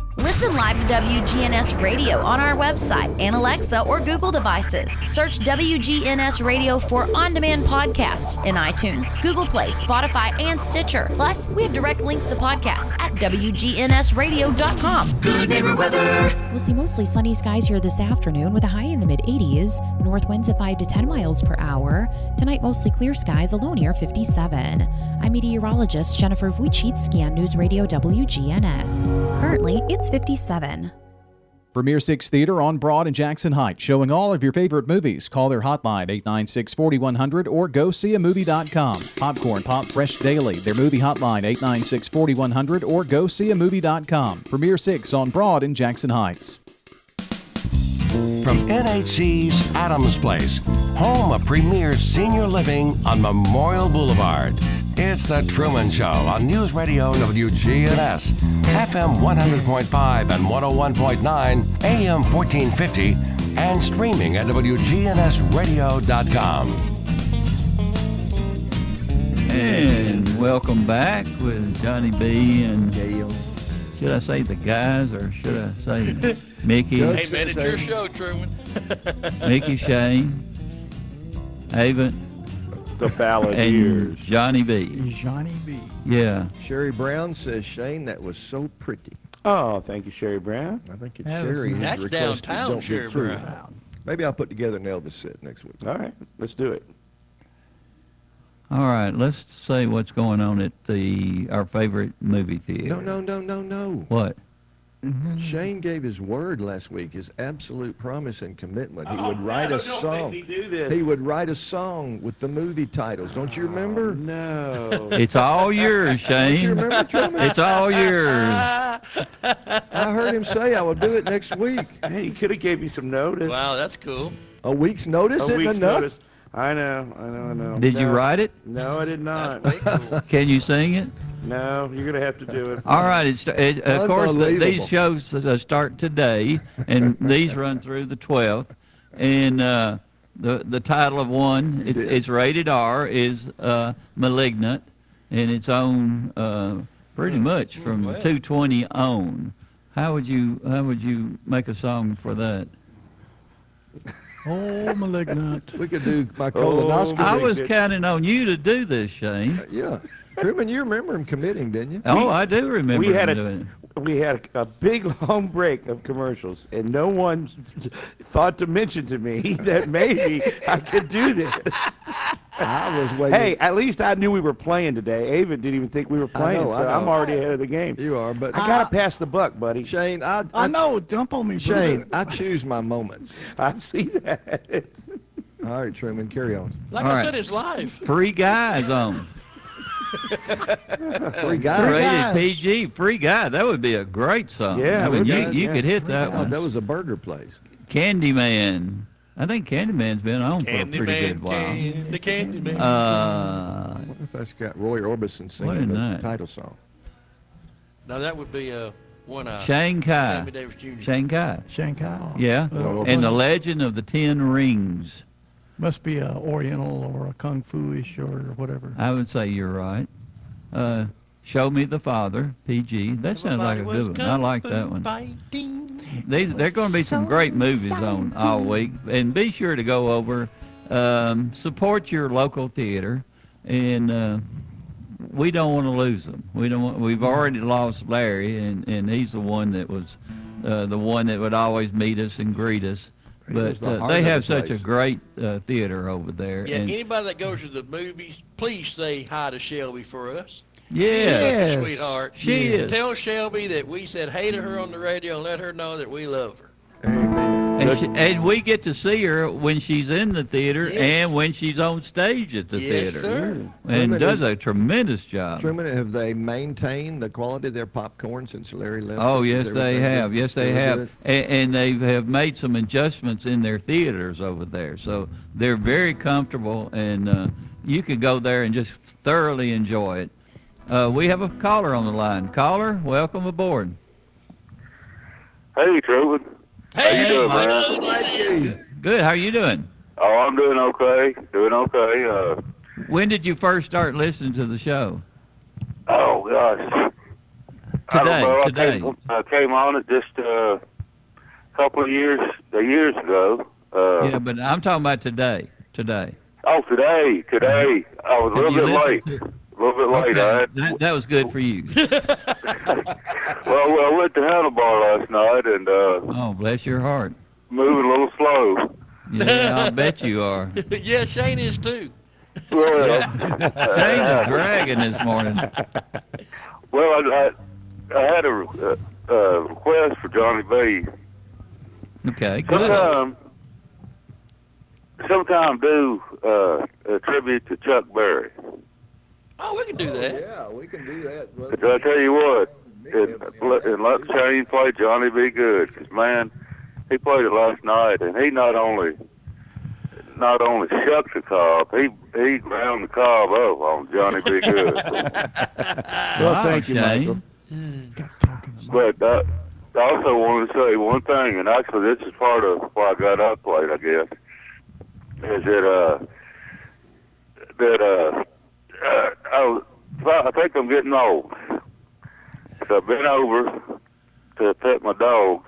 S19: Listen live to WGNS Radio on our website and Alexa or Google devices. Search WGNS Radio for on demand podcasts in iTunes, Google Play, Spotify, and Stitcher. Plus, we have direct links to podcasts at WGNSradio.com. Good neighbor weather.
S20: We'll see mostly sunny skies here this afternoon with a high in the mid 80s, north winds at 5 to 10 miles per hour. Tonight, mostly clear skies, a low near 57. I'm meteorologist Jennifer Wojcicki on News Radio WGNS. Currently, it's 57.
S21: Premier Six Theater on Broad and Jackson Heights, showing all of your favorite movies. Call their hotline 896 4100 or go seeamovie.com. Popcorn Pop Fresh Daily, their movie hotline 896 4100 or go seeamovie.com. Premier Six on Broad and Jackson Heights.
S1: From NHC's Adams Place, home of premier senior living on Memorial Boulevard. It's The Truman Show on News Radio WGNS, FM 100.5 and 101.9, AM 1450, and streaming at WGNSradio.com.
S4: Welcome back with Johnny B and Gail. Should I say the guys or should I say Mickey?
S5: Hey, man, it's your show, Truman.
S4: Mickey Shane, Avent,
S6: The ballad
S4: and
S6: years.
S4: Johnny B.
S7: Johnny B.
S4: Yeah.
S3: Sherry Brown says, Shane, that was so pretty.
S6: Oh, thank you, Sherry Brown.
S3: I think it's
S6: That was
S3: Sherry. who's
S6: nice. That's
S3: requested
S6: downtown
S3: Don't Get
S6: Sherry
S3: Through.
S6: Brown.
S3: Maybe I'll put together an Elvis set next week.
S6: All right, let's do it.
S4: All right, let's say what's going on at the our favorite movie theater.
S3: No, no, no, no, no.
S4: What?
S3: Shane gave his word last week, his absolute promise and commitment. He would write
S6: no,
S3: a
S6: don't make
S3: song.
S6: me do this.
S3: He would write a song with the movie titles. Don't you remember?
S6: Oh,
S3: Oh.
S4: [LAUGHS]
S6: no.
S4: It's all yours, Shane.
S3: remember, Truman?
S4: It's all yours.
S3: [LAUGHS] I heard him say I will do it next week.
S6: Hey, he could have gave me some notice.
S5: Wow, that's cool.
S3: A week's notice
S6: A
S3: isn't
S6: week's
S3: enough.
S6: notice. I know, I know, I know.
S4: Did you
S6: No.
S4: write it?
S6: No, I did not.
S4: Can you sing it?
S6: no, you're going to have to do it.
S4: All right. It's, it, of course, the,
S6: Unbelievable.
S4: these shows uh, start today,
S3: [LAUGHS]
S4: and these run through the 12th. And uh, the the title of one, it's, it's rated R, is uh, Malignant, and it's on uh, pretty much from
S6: well.
S4: 220 on. How would you How would you make a song for that?
S7: Oh, [LAUGHS] malignant. Oh.
S3: we could do my
S7: colonoscopy.
S4: I was counting on you to do this, Shane.
S3: Uh, Yeah. [LAUGHS] Truman, you remember him committing, didn't you?
S4: Oh, I do remember
S6: we had
S4: him
S6: a-
S4: doing it.
S6: We had a, a big [LAUGHS] long break of commercials, and no one thought to mention to me [LAUGHS] that maybe I could do this.
S3: [LAUGHS] I was waiting.
S6: Hey, at least I knew we were playing today. Ava didn't even think we were playing,
S3: know, I
S6: so I'm
S3: know.
S6: already ahead of the game.
S3: You are, but
S6: I gotta pass the buck, buddy.
S3: Shane, I
S7: I know. Dump on me, brother.
S3: Shane, I choose my moments.
S6: [LAUGHS] I see that. [LAUGHS]
S3: All right, Truman, carry on.
S5: Like
S4: All
S5: I
S4: right.
S5: said, it's
S4: [LAUGHS]
S5: live.
S4: Three guys uh,
S5: [LAUGHS]
S4: on.
S3: Free guy.
S4: Um, Rated PG. Free guy. That would be a great song.
S3: Yeah,
S4: I mean,
S3: it
S4: you,
S3: would be,
S4: you
S3: yeah.
S4: could hit that
S3: God,
S4: one.
S3: that was a burger place.
S4: Candyman. I think Candyman's been on for a pretty good
S5: Candyman,
S4: while.
S5: can, the Candyman.
S4: Uh,
S3: What if that's got Roy Orbison
S4: What
S3: singing
S4: is
S3: the
S4: that?
S3: title song?
S5: now that would be uh, one eye.
S4: Shanghai.
S5: Sammy Davis Jr.
S4: Shanghai.
S7: Shanghai.
S4: Yeah.
S7: Oh.
S4: and the Legend of the Ten Rings.
S7: Must be a Oriental or a Kung Fu-ish or whatever.
S4: I would say you're right. Uh, Show me the Father. PG. That sounds like a good one. I like that one. These there are going to be some great movies on all week, and be sure to go over, um, support your local theater, and uh, we don't want to lose them. We don't. Want, we've already lost Larry, and, and he's the one that was uh, the one that would always meet us and greet us.
S3: He was
S4: But
S3: the
S4: uh,
S3: heart
S4: they
S3: of
S4: have
S3: the
S4: such a
S3: place.
S4: great uh, theater over there.
S5: Yeah,
S4: and
S5: anybody that goes to the movies, please say hi to Shelby for us.
S4: Yes.
S5: She's such a sweetheart.
S4: She is.
S5: Tell Shelby that we said hey to her on the radio and let her know that we love her. [LAUGHS]
S4: And, she, and we get to see her when she's in the theater
S5: Yes.
S4: and when she's on stage at the
S5: Yes,
S4: theater.
S5: sir.
S4: And
S3: Women
S4: does
S3: who-
S4: a tremendous job.
S3: Truman, have they maintained the quality of their popcorn since Larry left?
S4: Oh
S3: Is
S4: yes, they
S3: everything
S4: have.
S3: good?
S4: Yes, they
S3: Still
S4: have.
S3: good?
S4: And, and they have made some adjustments in their theaters over there, so they're very comfortable, and uh, you could go there and just thoroughly enjoy it. Uh, we have a caller on the line. Caller, welcome aboard.
S22: Hey, Truman. How you doing,
S4: Mike.
S22: man?
S4: Good. How are you doing?
S22: Oh, I'm doing okay. Doing okay. Uh,
S4: When did you first start listening to the show?
S22: oh gosh. I
S4: Today,
S22: don't know. I
S4: today.
S22: came, I came on it just uh, a couple of years, uh, years ago. Uh,
S4: yeah, but I'm talking about today. Today.
S22: Oh, today, today. I was a
S4: Have
S22: little
S4: you
S22: bit late.
S4: listened
S22: A little bit late.
S4: Okay,
S22: I had
S4: that, that was good for you. [LAUGHS]
S22: [LAUGHS] Well, well, I went to Handlebar last night and uh,
S4: Oh, bless your heart.
S22: moving a little slow.
S4: Yeah, I'll bet you are.
S5: yeah, Shane is too.
S22: Well,
S4: Shane's a dragon this morning.
S22: well, I, I, I had a re- uh, uh, request for Johnny B.
S4: Okay, go ahead.
S22: Sometime, sometime do uh, a tribute to Chuck Berry.
S5: Oh, we can do that.
S3: yeah, we can do that. Well,
S22: 'Cause I tell you what, and, let- and let Shane play Johnny B. Good, 'cause man, he played it last night, and he not only not only shucked the cob, he he ground the cob up on Johnny B. Good.
S4: [LAUGHS] Ah,
S6: Well,
S22: Wow,
S6: thank you,
S22: Shane.
S6: Michael.
S22: But uh, I also wanted to say one thing, and actually this is part of why I got up late, I guess, is that uh, that uh, uh, I was, if I I think I'm getting old. So I bent over to pet my dog,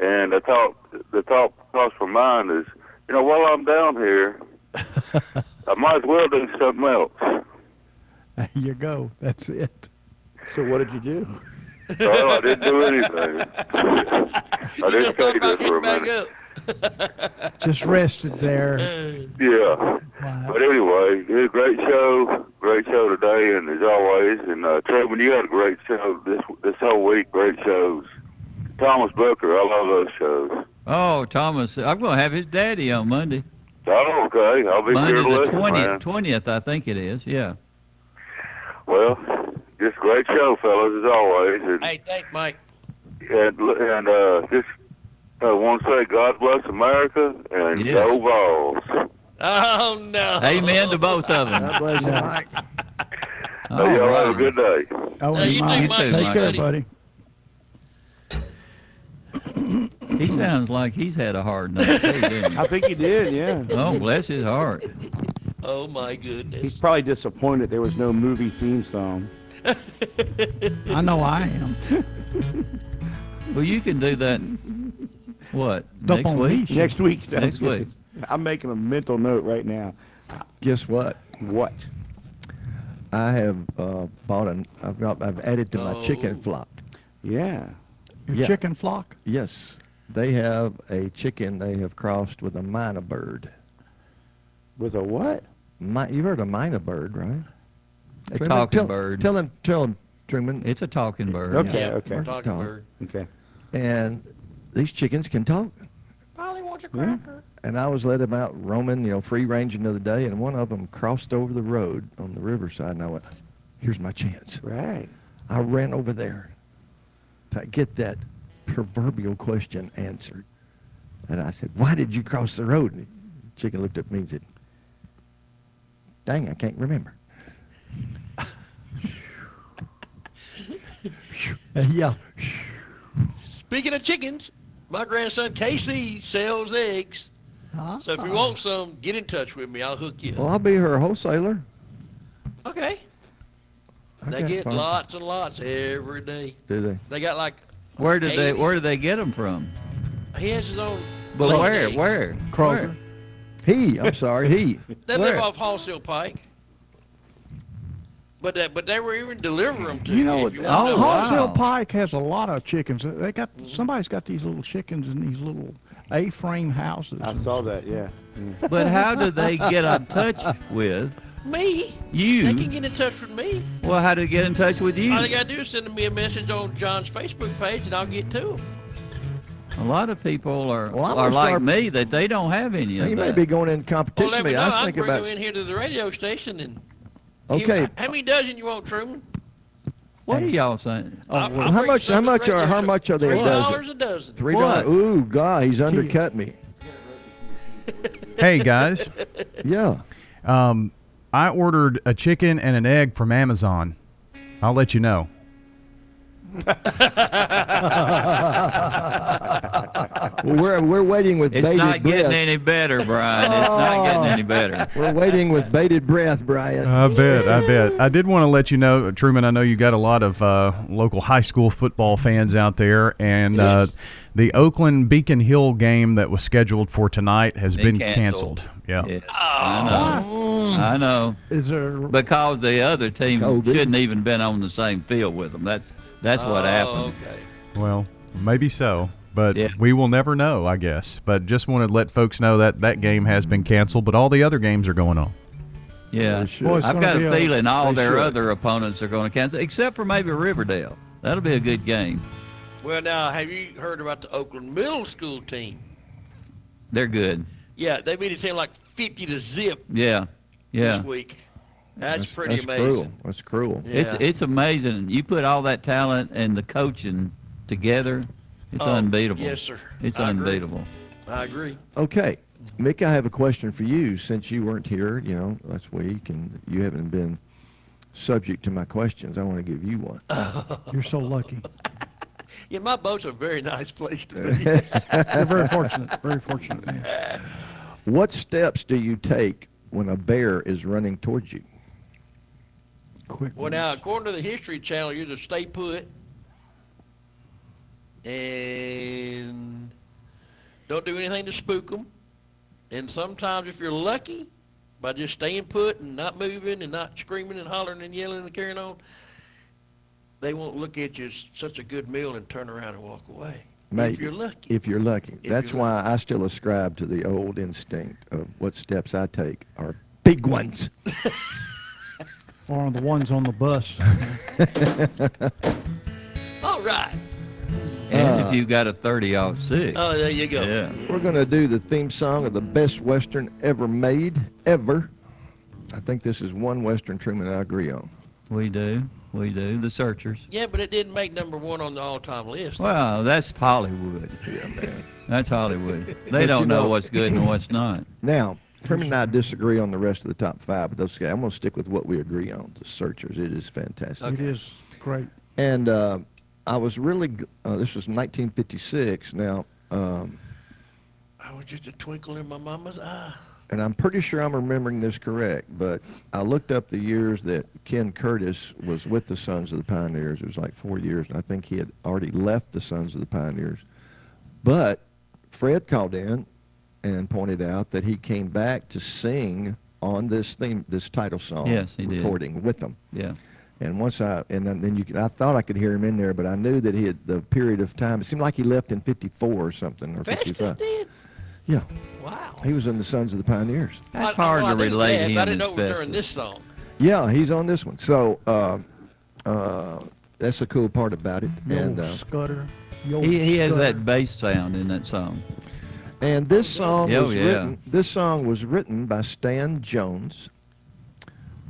S22: and the thought the thought crossed my mind is, you know, while I'm down here, I might as well do something else.
S7: [LAUGHS] There you go. That's it.
S6: So what did you do?
S22: Well, I didn't do anything. I didn't take it for a minute.
S7: Just rested there.
S5: [LAUGHS]
S22: Yeah. But anyway, it was a great show. Great show today, and as always, and uh, Trevor, you had a great show this this whole week. Great shows. Thomas Booker, I love those shows.
S4: Oh, Thomas, I'm going to have his daddy on Monday.
S22: Oh, okay, I'll be
S4: Monday
S22: here to
S4: the
S22: listen, man.
S4: 20th, 20th, I think it is. Yeah.
S22: Well, just great show, fellas, as always. And,
S5: Hey, thanks, Mike.
S22: and, and uh, just I want to say God bless America and
S5: Yes.
S22: go Vols.
S5: Oh no.
S4: Amen to both of them. God
S7: bless you, Mike.
S22: Y'all have a good day.
S7: Oh,
S4: Hey, you
S7: Mike,
S4: too, Mike.
S7: Take care,
S4: Buddy.
S7: buddy.
S4: He sounds like he's had a hard night. too, doesn't he?
S6: I think he did, yeah.
S4: [LAUGHS] Oh, bless his heart.
S5: Oh my goodness.
S6: He's probably disappointed there was no movie theme song.
S7: I know I am.
S4: Well, you can do that. What next week?
S6: Next week. sounds
S4: Next
S6: good.
S4: week.
S6: I'm making a mental note right now.
S3: Guess what?
S6: What?
S3: I have uh, bought an. I've got. I've added to my
S4: Oh.
S3: chicken flock.
S6: Yeah.
S7: Your
S3: Yeah.
S7: chicken flock?
S3: Yes, they have a chicken. They have crossed with a mina bird.
S6: With a what?
S3: Mi- you've heard of mina bird, right?
S4: A
S3: Truman,
S4: talking
S3: tell-
S4: bird.
S3: Tell him. Tell him, Truman.
S4: It's a talking bird.
S3: Okay, Yeah, okay. talking
S4: Talking
S3: bird.
S6: Okay.
S3: And these chickens can talk.
S5: Polly wants a
S3: Yeah.
S5: cracker.
S3: And I was let them out roaming, you know, free ranging the other day, and one of them crossed over the road on the riverside, and I went, "Here's my chance."
S6: Right.
S3: I ran over there to get that proverbial question answered, and I said, "Why did you cross the road?" And the chicken looked at me and said, "Dang, I can't [LAUGHS] remember."
S7: yeah.
S5: Speaking of chickens, my grandson Casey sells eggs. So if you want some, get in touch with me. I'll hook you.
S3: Uh-huh. Well, I'll be her wholesaler.
S5: up. Okay. They
S3: Okay,
S5: get
S3: fine.
S5: lots and lots every day.
S3: Do they?
S5: They got like
S4: Where did they?
S5: 80.
S4: Where did they get them from?
S5: he has his own.
S4: But
S5: laid
S4: where?
S5: eggs.
S4: Where?
S3: Kroger. He, I'm sorry, he.
S5: They live off Hallsdale Pike. But that, but they were even delivering them to
S7: You know
S5: if
S7: what?
S5: you
S3: Oh,
S5: want to know.
S7: Hallsdale Pike has a lot of chickens. They got somebody's got these little chickens in these little A-frame houses.
S6: I saw that. Yeah.
S4: [LAUGHS] But how do they get in touch with?
S5: Me?
S4: You?
S5: They can get in touch with me.
S4: Well, how do they get in touch with you?
S5: All they gotta do is send me a message on John's Facebook page, and I'll get to them.
S4: A lot of people are
S3: Well, I'm
S4: are
S3: gonna
S4: like
S3: start-
S4: me that they don't have any of
S3: He may
S4: that.
S3: be going in competition.
S5: let me
S3: with-
S5: know.
S3: I
S5: I'll
S3: was thinking
S5: bring
S3: about.
S5: you in here to the radio station and.
S3: Okay.
S5: How many dozen you want, Truman?
S4: What are y'all saying?
S3: Oh, well, how much? How much are? How much are they?
S5: Three
S3: a dozen?
S5: dollars a dozen.
S3: Three dollars. Ooh, God, he's undercut me.
S23: hey guys.
S3: Yeah.
S23: Um, I ordered a chicken and an egg from Amazon. I'll let you know.
S3: Well, we're we're waiting with
S4: [LAUGHS] It's
S3: bated
S4: not
S3: breath.
S4: getting any better, Brian. It's not getting any better.
S3: We're waiting with bated breath, Brian.
S23: I bet. I bet. I did want to let you know, Truman. I know you got a lot of uh, local high school football fans out there, and uh, the Oakland Beacon Hill game that was scheduled for tonight has been canceled. Yeah.
S4: I know. I know.
S7: Is there?
S4: Because the other team
S23: Kobe.
S4: shouldn't even been on the same field with them. That's that's what
S5: Oh,
S4: happened.
S5: Okay.
S23: Well, maybe so, but we will never know, I guess. But just want to let folks know that that game has been canceled, but all the other games are going on.
S4: Yeah.
S23: should. Boy, it's
S4: I've
S23: gonna
S4: got
S23: be
S4: a
S23: a-
S4: feeling all
S23: they
S4: their
S23: should.
S4: other opponents are going to cancel, except for maybe Riverdale. That'll be a good game.
S5: Well, now, have you heard about the Oakland Middle School team?
S4: They're good.
S5: Yeah, they beat a team like fifty to zip
S4: Yeah. Yeah.
S5: this week. That's,
S4: That's-
S5: pretty
S4: that's
S5: amazing.
S4: cruel.
S3: That's cruel.
S4: It's
S5: Yeah.
S4: it's amazing. You put all that talent and the coaching together, it's
S5: Oh,
S4: unbeatable.
S5: yes, sir.
S4: It's
S5: I agree.
S4: unbeatable.
S5: I agree.
S3: Okay, Mick, I have a question for you since you weren't here, you know, last week, and you haven't been subject to my questions. I want to give you one.
S7: You're so lucky.
S5: Yeah, my boat's a very nice place to be.
S7: [LAUGHS] You're
S5: [LAUGHS]
S7: very fortunate. Very fortunate. Man.
S3: What steps do you take when a bear is running towards you?
S7: quick.
S5: Well, now, according to the History Channel, you're to stay put and don't do anything to spook them. And sometimes, if you're lucky, by just staying put and not moving and not screaming and hollering and yelling and carrying on, they won't look at you as such a good meal and turn around and walk away.
S3: Maybe,
S5: If you're lucky.
S3: If you're lucky.
S5: If
S3: That's
S5: you're
S3: why I still ascribe to the old instinct of what steps I take are big
S5: [LAUGHS]
S3: ones.
S7: Or the ones on the bus.
S5: All right.
S4: And
S3: Uh,
S4: if you got a 30 off six.
S5: Oh, there you go.
S4: Yeah.
S3: We're going to do the theme song of the best Western ever made, ever. I think this is one Western Truman I agree on.
S4: We do. We do. The Searchers.
S5: Yeah, but it didn't make number one on the all-time list.
S4: Wow, that's Hollywood. Yeah, man. That's Hollywood.
S3: But
S4: They
S3: you
S4: don't know
S3: know-
S4: what's good and what's not.
S3: Now, Truman and I disagree on the rest of the top five, but those, I'm going to stick with what we agree on, the Searchers. It is fantastic.
S7: It is great.
S3: And uh, I was really, g- uh, this was 1956 now, um,
S5: I was just a twinkle in my mama's eye.
S3: and I'm pretty sure I'm remembering this correct, but I looked up the years that Ken Curtis was with the Sons of the Pioneers. It was like four years, and I think he had already left the Sons of the Pioneers. But Fred called in and pointed out that he came back to sing on this theme, this title song
S4: Yes, he did.
S3: recording with them.
S4: Yeah.
S3: And once I and then, then you could, I thought I could hear him in there, but I knew that he had the period of time. It seemed like he left in '54 or something or '55. Yeah.
S5: Wow.
S3: He was in the Sons of the Pioneers.
S4: That's
S5: I- I
S4: hard
S5: know I
S4: to
S5: didn't
S4: relate
S5: guess.
S4: him
S5: I didn't
S4: and
S5: know it was during this
S4: Festus.
S5: song.
S3: Yeah, he's on this one. So uh, uh, that's the cool part about it.
S7: The
S3: And
S7: old
S3: uh,
S7: scutter. The old
S4: He, he has
S7: scutter.
S4: that bass sound in that song.
S3: and this song
S4: Oh,
S3: was
S4: yeah.
S3: written. This song was written by Stan Jones,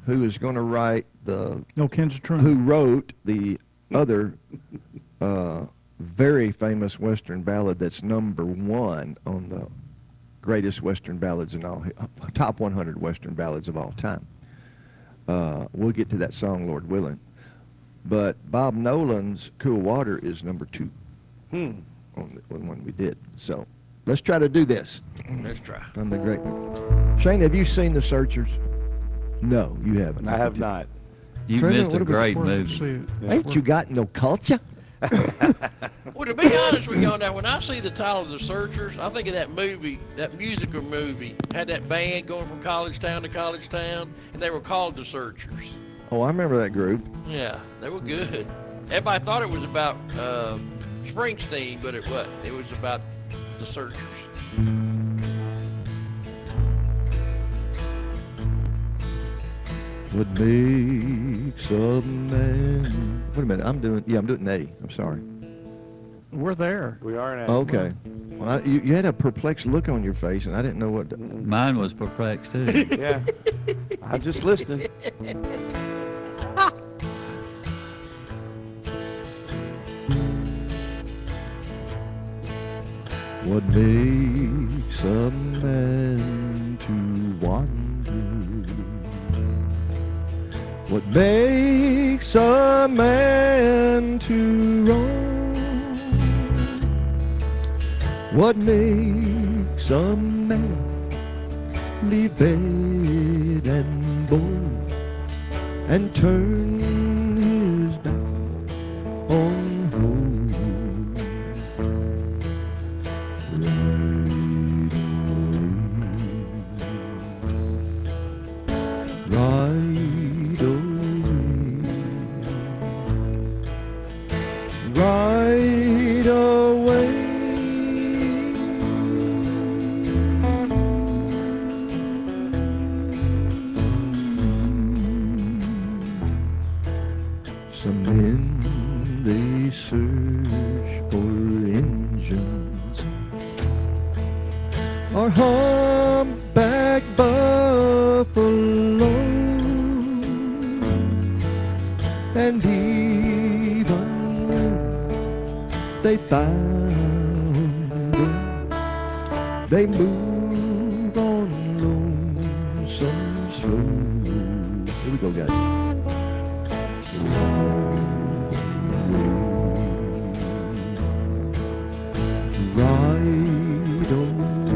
S3: who is going to write the
S7: No Kins of Truman.
S3: who wrote the other uh, very famous Western ballad that's number one on the greatest Western ballads in all top 100 Western ballads of all time. Uh, we'll get to that song, Lord willing. But Bob Nolan's Cool Water is number two
S5: Hmm.
S3: on the on the one we did. So let's try to do this
S5: Let's try.
S3: from the great. Shane, have you seen The Searchers? No, you haven't.
S6: I
S3: can
S6: have
S3: tell.
S6: not.
S4: You
S3: Trina,
S4: missed
S3: what
S4: a
S3: about-
S4: great movie.
S3: Ain't you got no
S6: [LAUGHS]
S3: culture?
S5: Well, to be honest with y'all now, when I see the title of The Searchers, I think of that movie, that musical movie, had that band going from college town to college town, and they were called The Searchers.
S3: Oh, I remember that group.
S5: Yeah, they were good. Everybody thought it was about uh, Springsteen, but it wasn't. It was about The Searchers.
S3: What makes a man? Wait a minute, I'm doing. Yeah, I'm doing A. I'm sorry.
S7: We're there.
S6: We are now.
S3: Okay. Well, I, you, you had a perplexed look on your face, and I didn't know what.
S4: Mine was perplexed too.
S6: [LAUGHS] yeah. I'm just listening.
S3: What makes a man to wander? What makes a man to roam? What makes a man leave bed and board and turn his back on home? Ride away. Ride away. Some men they search for engines or humpback buffalo and even when they found it, they move on lonesome slow. Here we go, guys. Ride away.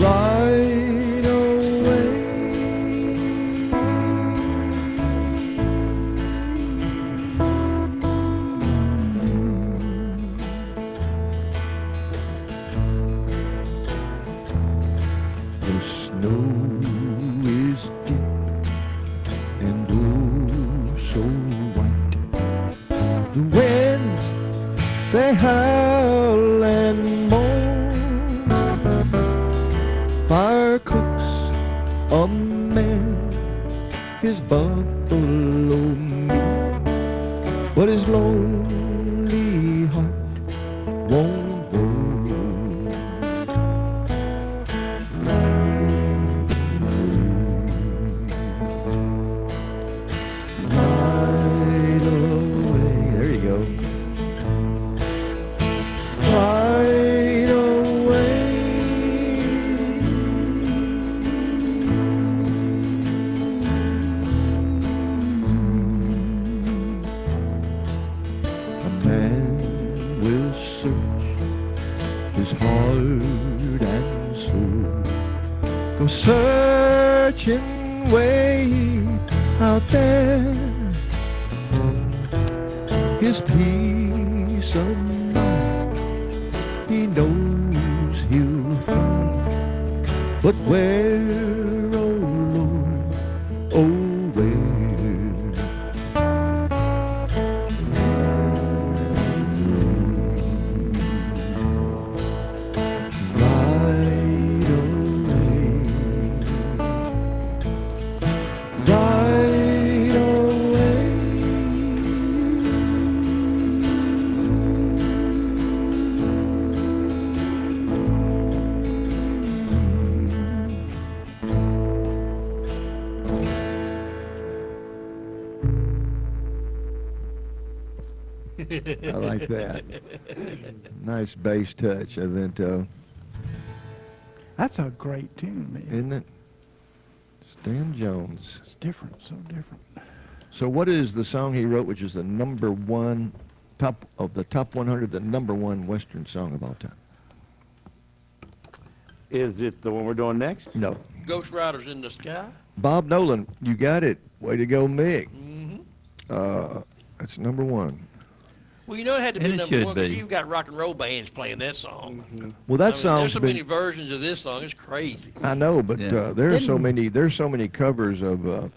S3: Ride away. know is deep and oh so white. The winds they howl and moan. Fire cooks a man his buffalo meat, but his lonely heart won't go. Ride away. There you go. Ride away. A man will search his heart and soul. Go searching way out there. His peace of mind, he knows he'll find. But where, oh Lord, oh where? Right away.
S5: I
S3: I like that.
S2: [LAUGHS]
S3: nice bass touch, Avento,
S7: That's a great tune, man.
S3: isn't it? Stan Jones.
S7: It's different, so different.
S3: So, what is the song he wrote, which is the number one top of the top 100, the number one Western song of all time?
S6: Is it the one we're doing next?
S3: No.
S5: Ghost Riders in the Sky.
S3: Bob Nolan, you got it. Way to go, Mick.
S5: Mm-hmm.
S3: Uh, that's number one.
S5: Well, you know it had to
S3: And
S5: be
S3: it
S5: number
S3: should
S5: one because
S3: be.
S5: you've got rock and roll bands playing that song.
S3: Well, that
S5: I mean,
S3: song's
S5: There's so
S3: been-
S5: many versions of this song. It's
S3: [LAUGHS]
S5: crazy.
S3: I know, but uh, there are so
S7: Didn't-
S3: many. There's so many covers of. Uh,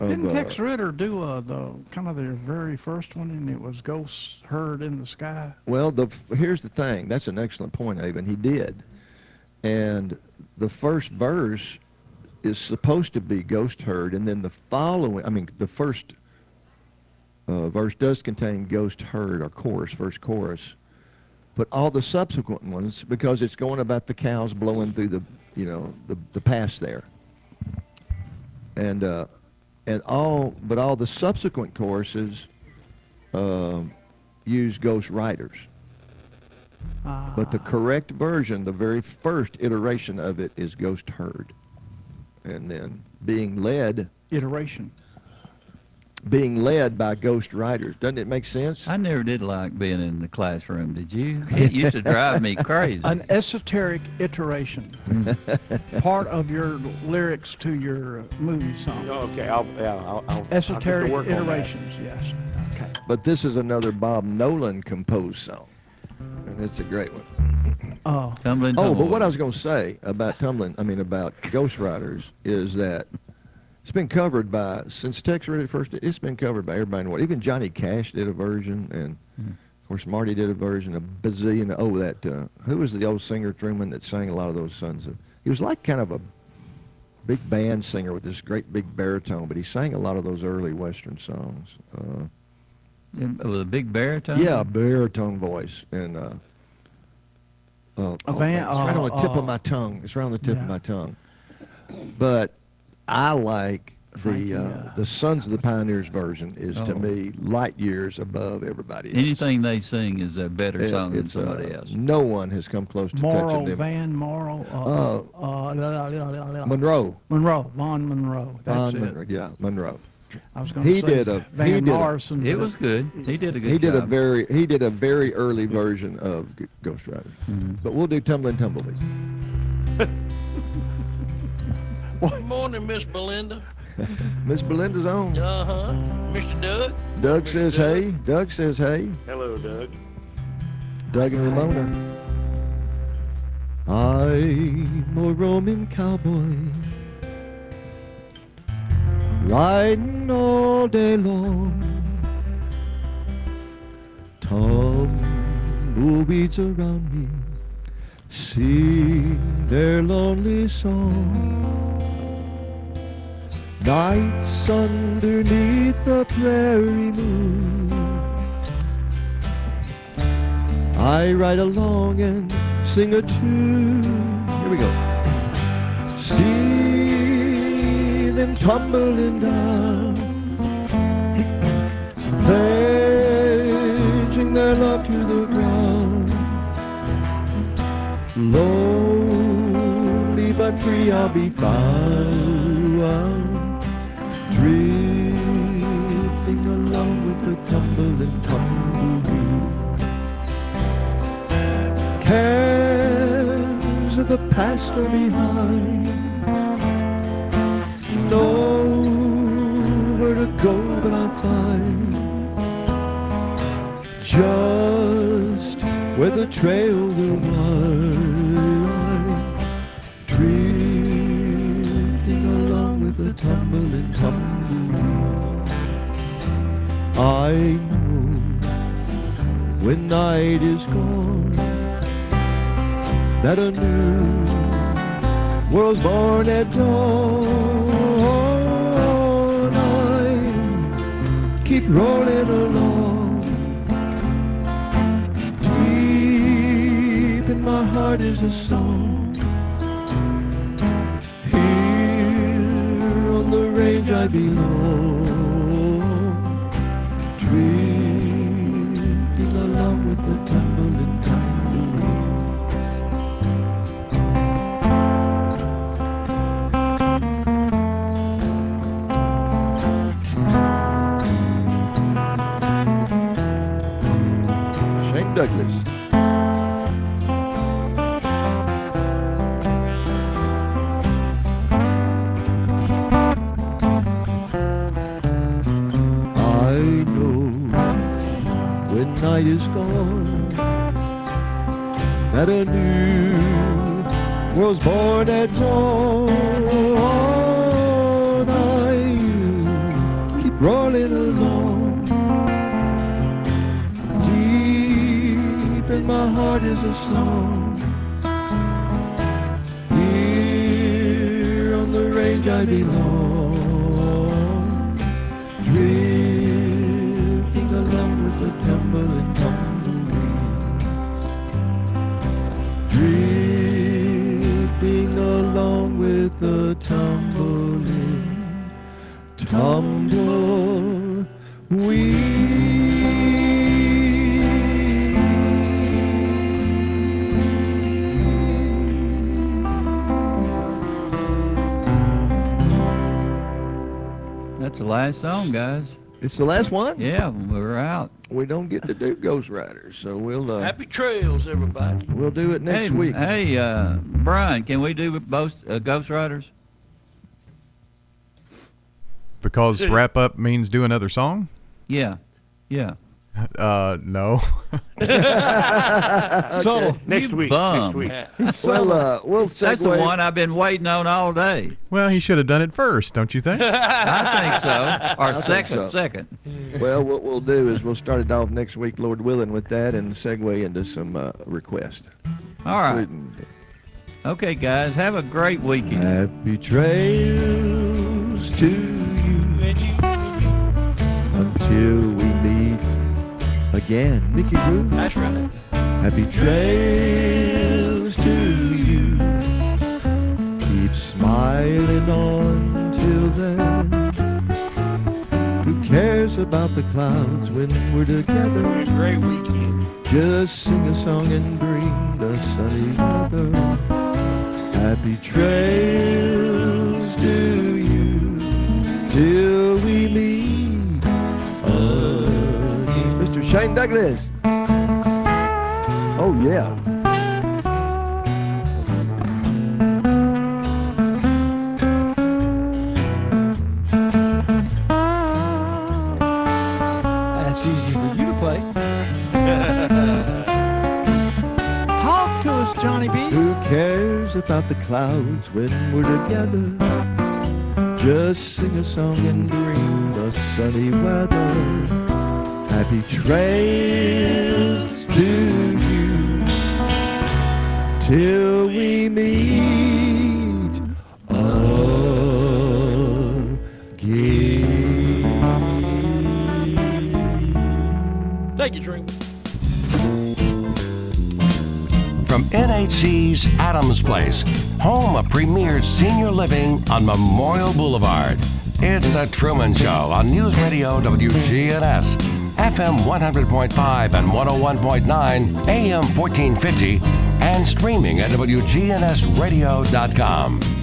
S3: of
S7: Didn't
S3: uh,
S7: Tex Ritter do uh, the kind of their very first one, and it was Ghosts Heard in the Sky?
S3: Well, the f- here's the thing. That's an excellent point, Aben. He did, and the first verse is supposed to be ghost heard, and then the following. I mean, the first uh, verse does contain ghost heard or chorus, first chorus, but all the subsequent ones because it's going about the cows blowing through the you know the the pass there, and uh, and all but all the subsequent choruses. Um, use ghost writers. But the correct version, the very first iteration of it, is ghost heard. And then being led,
S7: Iteration.
S3: being led by ghost writers. Doesn't it make sense?
S4: I never did like being in the classroom.
S2: [LAUGHS]
S4: Did you? It used to drive me crazy.
S7: An esoteric
S3: [LAUGHS]
S7: iteration, part of your lyrics to your uh, movie song.
S6: Oh, Okay, I'll, yeah, I'll, I'll, I'll get to
S7: Esoteric
S6: work on that.
S7: iterations, yes.
S3: But this is another Bob Nolan composed song. And it's a great one.
S7: Oh.
S4: Tumbling
S3: Oh, but what I was going to say about tumbling, I mean about Ghost Riders, is that it's been covered by since Tex Ritter first. did- It's been covered by everybody in the world. Even Johnny Cash did a version, and
S4: Mm-hmm.
S3: of course Marty did a version. A bazillion. Oh, that uh, who was the old singer Truman that sang a lot of those sons of? He was like kind of a big band singer with this great big baritone, but he sang a lot of those early Western songs. Uh,
S4: With a big baritone?
S3: yeah, baritone voice and uh, uh, oh,
S4: van-
S3: man, it's right on the
S4: uh,
S3: tip
S4: uh,
S3: of my tongue. It's right on the tip
S4: yeah.
S3: of my tongue. But I like the uh, the Sons of the Pioneers version is to
S4: Oh.
S3: me light years above everybody else.
S4: Anything they sing is a better
S3: It-
S4: song than
S3: it's, uh,
S4: somebody else.
S3: No one has come close to
S7: Morrow,
S3: touching them.
S7: Van Morrow. Uh, uh, la- la- la- la- la- la.
S3: Oh. Monroe.
S7: Monroe, Von Monroe. That's
S3: Von
S7: it.
S3: Monroe, yeah, Monroe.
S7: I was gonna
S3: He
S7: say
S3: did a
S7: Van
S3: he did
S7: Morrison, It but- was
S4: good. He did a good
S3: He did a
S4: job.
S3: very he did a very early version of G- Ghost Rider.
S7: Mm-hmm.
S3: But we'll do Tumbling Tumbleweed.
S5: Good morning, Miss Belinda.
S2: [LAUGHS]
S3: Miss Belinda's on.
S5: Uh huh. Mr. Doug.
S3: Doug says hey. Doug says hey.
S6: Hello, Doug.
S3: Doug and Ramona.
S2: I'm a Roman cowboy, riding all day long. Tumbleweeds around me sing their lonely song. Nights underneath the prairie moon. I ride along and sing a tune. Here we go. See them tumbling down, pledging their love to the ground. Lonely but free, I'll be found. Drifting along with the tumbling tumbleweed. cares of the past are behind. Nowhere to go but I'll find just where the trail will wind. Drifting along with the tumbling tumbleweed. I know when night is gone that a new world's born at dawn. I keep rolling along. Deep in my heart is a song. Here on the range I belong. Drifting along with the tumbling tumbleweed. Shane Douglas. I know when night is gone that a new world's born at dawn. I keep rolling along. Deep in my heart is a song. Here on the range I belong. Drifting along with the tumbling tumbleweed. Drifting along with the tumbling tumbleweed.
S4: That's the last song, guys.
S2: It's the last one?
S4: Yeah, we're out.
S2: We don't get to do Ghost Riders, so we'll uh,
S5: Happy trails, everybody.
S2: we'll do it next
S4: hey,
S2: week.
S4: Hey, uh, Brian, can we do both uh, Ghost Riders?
S23: [LAUGHS] Because wrap up means do another song?
S4: Yeah,
S23: [LAUGHS]
S4: yeah.
S23: Uh, no. [LAUGHS]
S4: So
S23: Next week, next week.
S2: Well, uh, we'll
S4: That's the
S23: segue-
S4: one I've been waiting on all day.
S23: Well, he should have done it first, don't you
S2: [LAUGHS]
S23: think?
S4: I think so. Or
S2: I think so.
S4: second, second.
S2: Well, what we'll do is we'll start it off next week, Lord willing, with that and segue into some uh, requests.
S4: All right. Okay, guys, have a great weekend.
S2: Happy trails to you until we meet again. Mickey Groove.
S5: That's right.
S2: Happy trails to you. Keep smiling on till then. Who cares about the clouds when we're together?
S5: great weekend.
S2: Just sing a song and bring the sunny weather. Happy trails to you till we meet Uh, again. Mr. Shane Douglas. Oh, yeah. That's easy for you to
S3: [LAUGHS]
S2: play.
S7: Talk to us, Johnny B.
S2: Who cares? about the clouds when we're together. Just sing a song and dream the sunny weather. Happy trails to you till we meet again.
S5: Thank you, Dream.
S1: From NHC's Adams Place, home of premier senior living on Memorial Boulevard. It's The Truman Show on News Radio WGNS, FM 100.5 and 101.9, AM 1450, and streaming at WGNSradio.com.